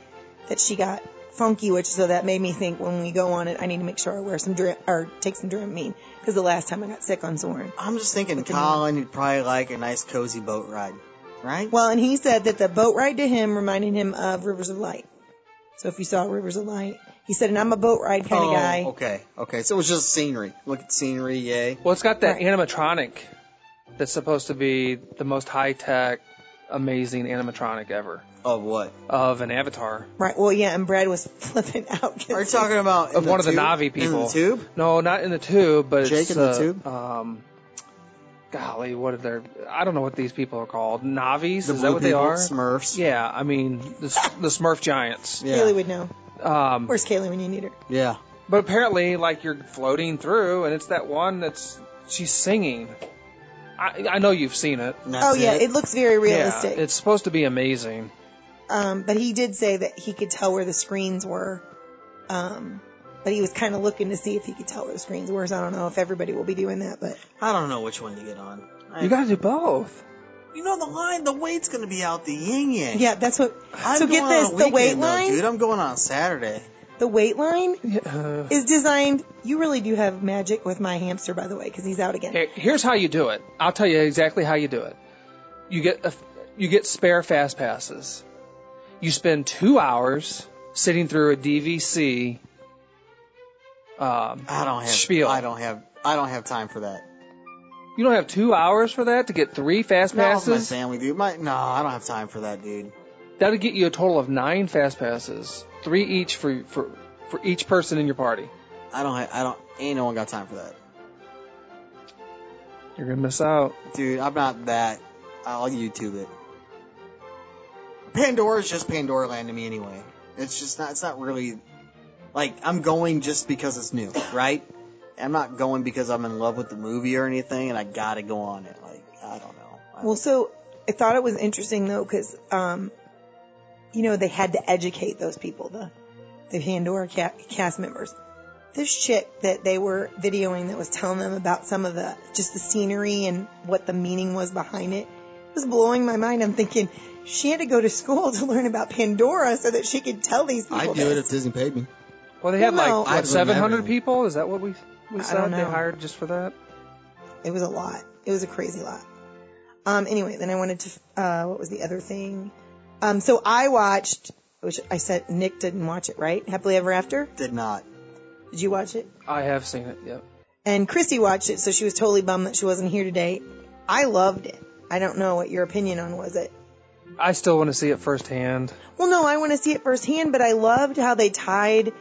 Speaker 4: that she got funky, which so that made me think when we go on it, I need to make sure I wear some Dram- or take some Dramamine because the last time I got sick on Soren.
Speaker 3: I'm just thinking
Speaker 4: the-
Speaker 3: Colin would probably like a nice cozy boat ride, right?
Speaker 4: Well, and he said that the boat ride to him reminded him of Rivers of Light. So if you saw Rivers of Light, he said, and I'm a boat ride kind of
Speaker 3: Oh,
Speaker 4: guy.
Speaker 3: Okay, okay. So it was just scenery. Look at scenery, yay.
Speaker 5: Well, it's got that
Speaker 4: Right.
Speaker 5: animatronic that's supposed to be the most high tech, amazing animatronic ever
Speaker 3: Of what?
Speaker 5: of an avatar.
Speaker 4: Right. Well, yeah, and Brad was flipping out.
Speaker 3: Are you talking about in
Speaker 5: Of one of the
Speaker 3: tube?
Speaker 5: Na'vi
Speaker 3: In
Speaker 5: people.
Speaker 3: the tube?
Speaker 5: No, not in the tube, but
Speaker 3: Jake
Speaker 5: it's,
Speaker 3: in the
Speaker 5: uh,
Speaker 3: tube?
Speaker 5: Um, golly, what are their? I don't know what these people are called. Navies?
Speaker 3: The
Speaker 5: is
Speaker 3: blue
Speaker 5: that what they
Speaker 3: people,
Speaker 5: are?
Speaker 3: Smurfs.
Speaker 5: Yeah, I mean the, S- the Smurf giants.
Speaker 3: Yeah.
Speaker 4: Kaylee would know.
Speaker 5: Um,
Speaker 4: Where's Kaylee when you need her?
Speaker 3: Yeah.
Speaker 5: but apparently, like you're floating through, and it's that one that's she's singing. I, I know you've seen it.
Speaker 3: And
Speaker 4: Oh
Speaker 3: that's
Speaker 4: yeah, it looks very realistic.
Speaker 5: Yeah, it's supposed to be amazing.
Speaker 4: um, but he did say that he could tell where the screens were. Um, but he was kind of looking to see if he could tell where the screens were. So I don't know if everybody will be doing that, but
Speaker 3: I don't know which one to get on. I-
Speaker 5: You got to do both.
Speaker 3: You know the line. The weight's gonna be out. The yin yang.
Speaker 4: yeah, that's what.
Speaker 3: I'm
Speaker 4: so
Speaker 3: going
Speaker 4: get
Speaker 3: on a
Speaker 4: this: the weight
Speaker 3: weekend, though,
Speaker 4: line,
Speaker 3: dude. I'm going on Saturday.
Speaker 4: the weight line
Speaker 5: Yeah.
Speaker 4: is designed. You really do have magic with my hamster, by the way, because he's out again.
Speaker 5: Here- Here's how you do it. I'll tell you exactly how you do it. You get a, you get spare fast passes. You spend two hours sitting through a DVC. Um,
Speaker 3: I don't have
Speaker 5: Spiel.
Speaker 3: I don't have I don't have time for that.
Speaker 5: You don't have two hours for that to get three fast
Speaker 3: No, my
Speaker 5: passes.
Speaker 3: family, dude. My, no, I don't have time for that, dude.
Speaker 5: That'll get you a total of nine fast passes, three each for for for each person in your party.
Speaker 3: I don't. ha- I don't. Ain't no one got time for that,
Speaker 5: You're gonna miss out.
Speaker 3: dude. I'm not that. I'll YouTube it. Pandora's just Pandora Land to me, anyway. It's just not. It's not really like I'm going just because it's new, right? I'm not going because I'm in love with the movie or anything, and I gotta go on it. Like I don't know. I-
Speaker 4: Well, so I thought it was interesting though, because um, you know they had to educate those people, the the Pandora ca- cast members. This chick that they were videoing that was telling them about some of the just the scenery and what the meaning was behind it was blowing my mind. I'm thinking she had to go to school to learn about Pandora so that she could tell these people.
Speaker 3: I'd do it
Speaker 4: this.
Speaker 3: if Disney paid me.
Speaker 5: Well, they had
Speaker 4: Well, no,
Speaker 5: like what,
Speaker 3: I'd learn
Speaker 5: 700
Speaker 3: everything.
Speaker 5: people. Is that what we we
Speaker 4: I
Speaker 5: said
Speaker 4: don't
Speaker 5: they
Speaker 4: know.
Speaker 5: hired just for that?
Speaker 4: It was a lot. It was a crazy lot. Um, anyway, then I wanted to, uh, what was the other thing? Um, so I watched, which I said Nick didn't watch it, right? Happily Ever After?
Speaker 3: Did not.
Speaker 4: Did you watch it?
Speaker 5: I have seen it. Yeah.
Speaker 4: And Chrissy watched it, so she was totally bummed that she wasn't here today. I loved it. I don't know what your opinion on was it.
Speaker 5: I still want to see it firsthand.
Speaker 4: Well, no, I want to see it firsthand, but I loved how they tied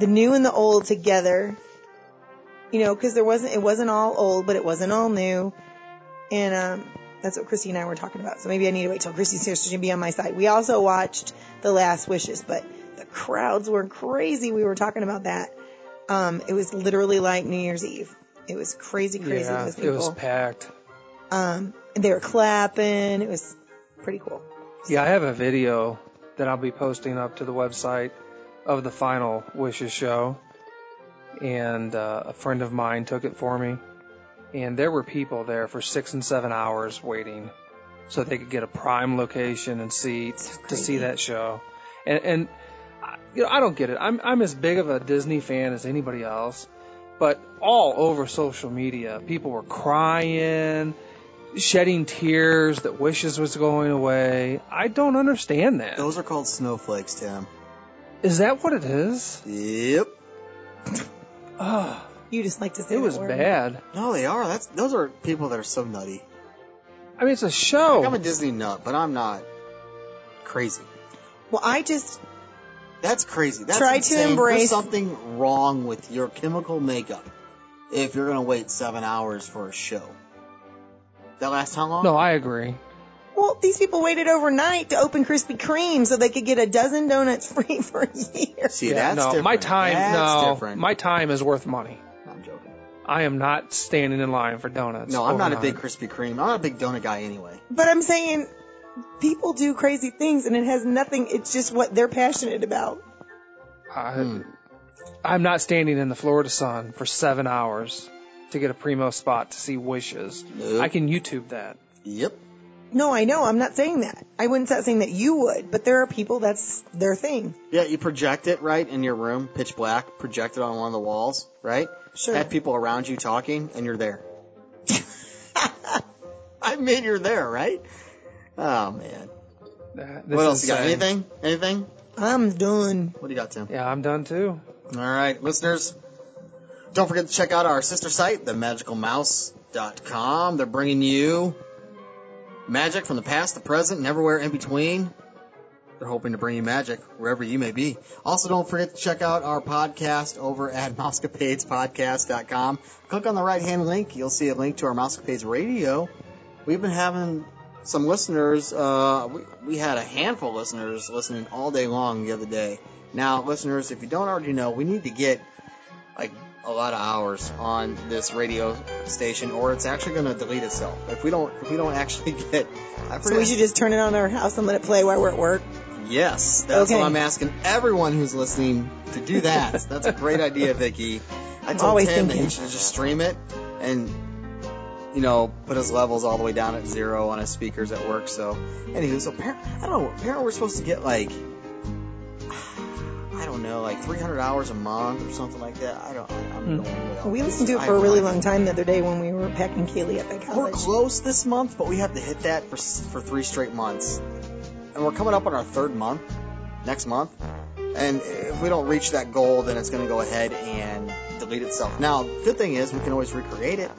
Speaker 4: the new and the old together. You know, because there wasn't it wasn't all old, but it wasn't all new, and um, that's what Christy and I were talking about. So maybe I need to wait till Christy's here; she can be on my side. We also watched The Last Wishes, but the crowds were crazy. We were talking about that. Um, it was literally like New Year's Eve. It was crazy, crazy.
Speaker 5: yeah,
Speaker 4: those
Speaker 5: it was
Speaker 4: people.
Speaker 5: packed.
Speaker 4: um, they were clapping. It was pretty cool.
Speaker 5: Yeah, I have a video that I'll be posting up to the website of the final Wishes show, and uh, a friend of mine took it for me. And there were people there for six and seven hours waiting, so they could get a prime location and see to see
Speaker 4: crazy.
Speaker 5: that show. And, and I- you know, I don't get it. I'm I'm as big of a Disney fan as anybody else, but all over social media, people were crying shedding tears that wishes was going away. I don't understand that. Is
Speaker 3: Those are called snowflakes, Tim.
Speaker 5: that what it is?
Speaker 3: Yep.
Speaker 5: Oh,
Speaker 4: You just like to say
Speaker 5: it was
Speaker 4: that word.
Speaker 5: bad.
Speaker 3: No, they are. That's those are people that are so nutty.
Speaker 5: I mean, it's a
Speaker 3: Like, I'm a
Speaker 5: show.
Speaker 3: Disney nut, but I'm not crazy.
Speaker 4: Well, I just
Speaker 3: That's crazy. That's
Speaker 4: Try to
Speaker 3: insane. There's
Speaker 4: embrace-
Speaker 3: something wrong with your chemical makeup if you're gonna wait seven hours for a show. That lasts how long?
Speaker 5: No, I agree.
Speaker 4: Well, these people waited overnight to open Krispy Kreme so they could get a dozen donuts free for a year.
Speaker 3: See,
Speaker 5: Yeah,
Speaker 3: that's
Speaker 5: no,
Speaker 3: different.
Speaker 5: my time.
Speaker 3: That's
Speaker 5: no,
Speaker 3: different.
Speaker 5: my time is worth money.
Speaker 3: I'm joking.
Speaker 5: I am not standing in line for donuts.
Speaker 3: No, I'm not a
Speaker 5: overnight.
Speaker 3: big Krispy Kreme. I'm not a big donut guy anyway.
Speaker 4: But I'm saying people do crazy things and it has nothing, it's just what they're passionate about.
Speaker 5: I,
Speaker 3: Hmm.
Speaker 5: I'm not standing in the Florida sun for seven hours to get a primo spot to see wishes.
Speaker 3: Nope.
Speaker 5: I can YouTube that.
Speaker 3: Yep.
Speaker 4: No, I know, I'm not saying that. I wouldn't start saying that you would, but there are people that's their thing.
Speaker 3: Yeah, you project it right in your room, pitch black, project it on one of the walls, right?
Speaker 4: Sure.
Speaker 3: Have people around you talking, and you're there. I mean, you're there, right? Oh man.
Speaker 5: That- this
Speaker 3: What
Speaker 5: is
Speaker 3: else you got?
Speaker 5: insane.
Speaker 3: Anything? Anything?
Speaker 4: I'm done.
Speaker 3: What do you got, Tim?
Speaker 5: Yeah, I'm done too.
Speaker 3: All right, listeners, don't forget to check out our sister site, themagicalmouse.com. They're bringing you magic from the past, the present, and everywhere in between. They're hoping to bring you magic wherever you may be. Also, don't forget to check out our podcast over at mousecapadespodcast.com. Click on the right hand link. You'll see a link to our Mousecapades radio. We've been having some listeners, uh, we, we had a handful of listeners listening all day long the other day. Now, listeners, if you don't already know, we need to get like a lot of hours on this radio station, or it's actually going to delete itself if we don't if we don't actually get. I
Speaker 4: So we should just turn it on at our house and let it play while we're at work.
Speaker 3: Yes, that's
Speaker 4: Okay.
Speaker 3: what I'm asking everyone who's listening to do that. that's a great idea, Vicky. I told
Speaker 4: always
Speaker 3: Tim that
Speaker 4: thinking.
Speaker 3: he should just stream it and you know put his levels all the way down at zero on his speakers at work. So, anywho, so apparently, I don't know. Apparently, we're supposed to get like I don't know, like 300 hours a month or something like that. I don't. I, I'm
Speaker 5: Hmm.
Speaker 3: no way off
Speaker 4: We
Speaker 3: this.
Speaker 4: listened to it
Speaker 3: I
Speaker 4: for a really
Speaker 3: have no
Speaker 4: long time the other day when we were packing Kaylee up at
Speaker 3: we're
Speaker 4: college.
Speaker 3: close this month, but we have to hit that for s- for three straight months, and we're coming up on our third month next month. And if we don't reach that goal, then it's going to go ahead and delete itself. Now, good thing is we can always recreate it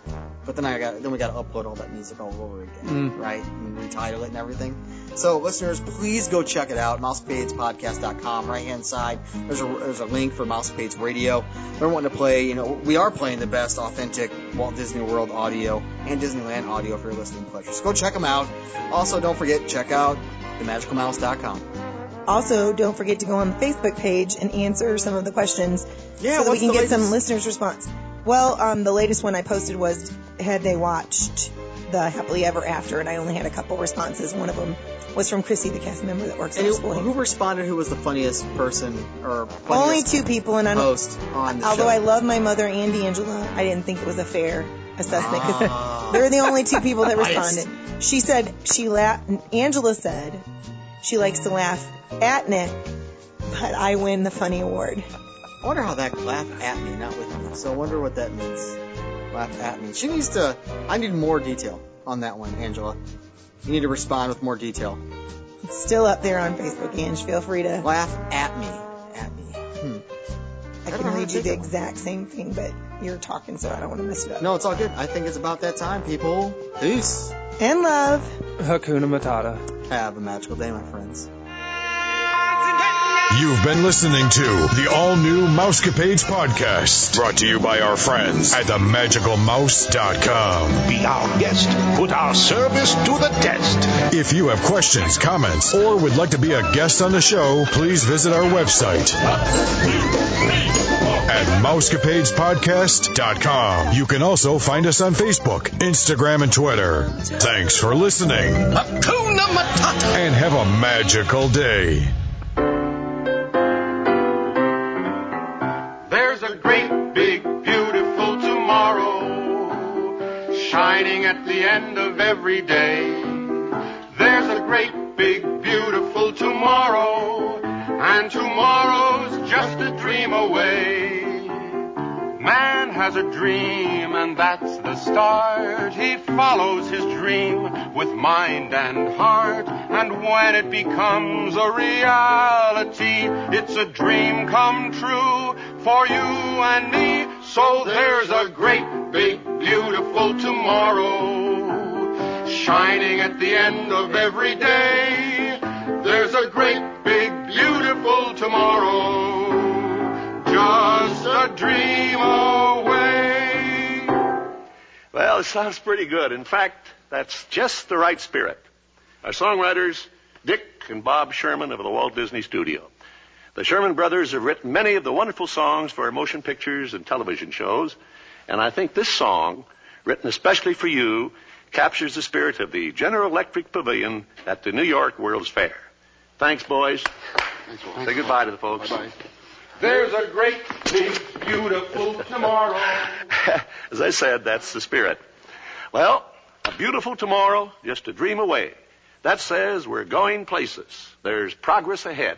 Speaker 3: But then I got then we got to upload all that music all over again,
Speaker 5: Mm.
Speaker 3: right? And retitle it and everything. So listeners, please go check it out. MousePagePodcast.com. Right hand side, there's a there's a link for MousePage Radio. We're wanting to play. You know, we are playing the best authentic Walt Disney World audio and Disneyland audio for your listening pleasure. So go check them out. Also, don't forget check out themagicalmouse.com.
Speaker 4: Also, don't forget to go on the Facebook page and answer some of the questions
Speaker 3: Yeah,
Speaker 4: so that we
Speaker 3: what's
Speaker 4: can
Speaker 3: the
Speaker 4: get some
Speaker 3: latest-
Speaker 4: listeners' response. Well, um, the latest one I posted was had they watched the Happily Ever After, and I only had a couple responses. One of them was from Chrissy, the cast member that works at
Speaker 3: And
Speaker 4: the
Speaker 3: who,
Speaker 4: school.
Speaker 3: who
Speaker 4: here.
Speaker 3: responded? Who was the funniest person or
Speaker 4: Only
Speaker 3: funniest
Speaker 4: two people, and I don't,
Speaker 3: host on the
Speaker 4: although
Speaker 3: show?
Speaker 4: I love my mother and D'Angela, I didn't think it was a fair assessment because
Speaker 3: Ah.
Speaker 4: they're the only two people that
Speaker 3: Biased.
Speaker 4: responded. She said she laughed. Angela said she likes to laugh at Nick, but I win the funny award.
Speaker 3: I wonder how that laugh at me, not with me. So I wonder what that means. Laugh at me. She needs to. I need more detail on that one, Angela. You need to respond with more detail.
Speaker 4: It's still up there on Facebook, Ange. Feel free to.
Speaker 3: Laugh at me. At me. Hmm.
Speaker 4: I
Speaker 3: don't
Speaker 4: can
Speaker 3: know how to
Speaker 4: read you
Speaker 3: take
Speaker 4: the
Speaker 3: that one.
Speaker 4: exact same thing, but you're talking, so I don't want to mess it up.
Speaker 3: No, it's all good. I think it's about that time, people. Peace.
Speaker 4: And love.
Speaker 5: Hakuna Matata.
Speaker 3: Have a magical day, my friends.
Speaker 1: You've been listening to the all new Mousecapades podcast, brought to you by our friends at themagicalmouse.com.
Speaker 6: Be our guest. Put our service to the test.
Speaker 1: If you have questions, comments, or would like to be a guest on the show, please visit our website at mousecapadespodcast.com. You can also find us on Facebook, Instagram, and Twitter. Thanks for listening
Speaker 6: Hakuna Matata.
Speaker 1: and have a magical day.
Speaker 7: There's a great big beautiful tomorrow shining at the end of every day. There's a great big beautiful tomorrow and tomorrow's just a dream away. Man has a dream, and that's the start. He follows his dream with mind and heart, and when it becomes a reality, it's a dream come true for you and me. So there's a great, big, beautiful tomorrow shining at the end of every day. There's a great, big, beautiful tomorrow, just a dream away.
Speaker 6: Well, it sounds pretty good. In fact, that's just the right spirit. Our songwriters, Dick and Bob Sherman of the Walt Disney Studio. The Sherman brothers have written many of the wonderful songs for motion pictures and television shows, and I think this song, written especially for you, captures the spirit of the General Electric Pavilion at the New York World's Fair. Thanks, boys. Say goodbye to the folks.
Speaker 7: There's a great, big, beautiful tomorrow.
Speaker 6: As I said, that's the spirit. Well, a beautiful tomorrow, just a dream away. That says we're going places. There's progress ahead.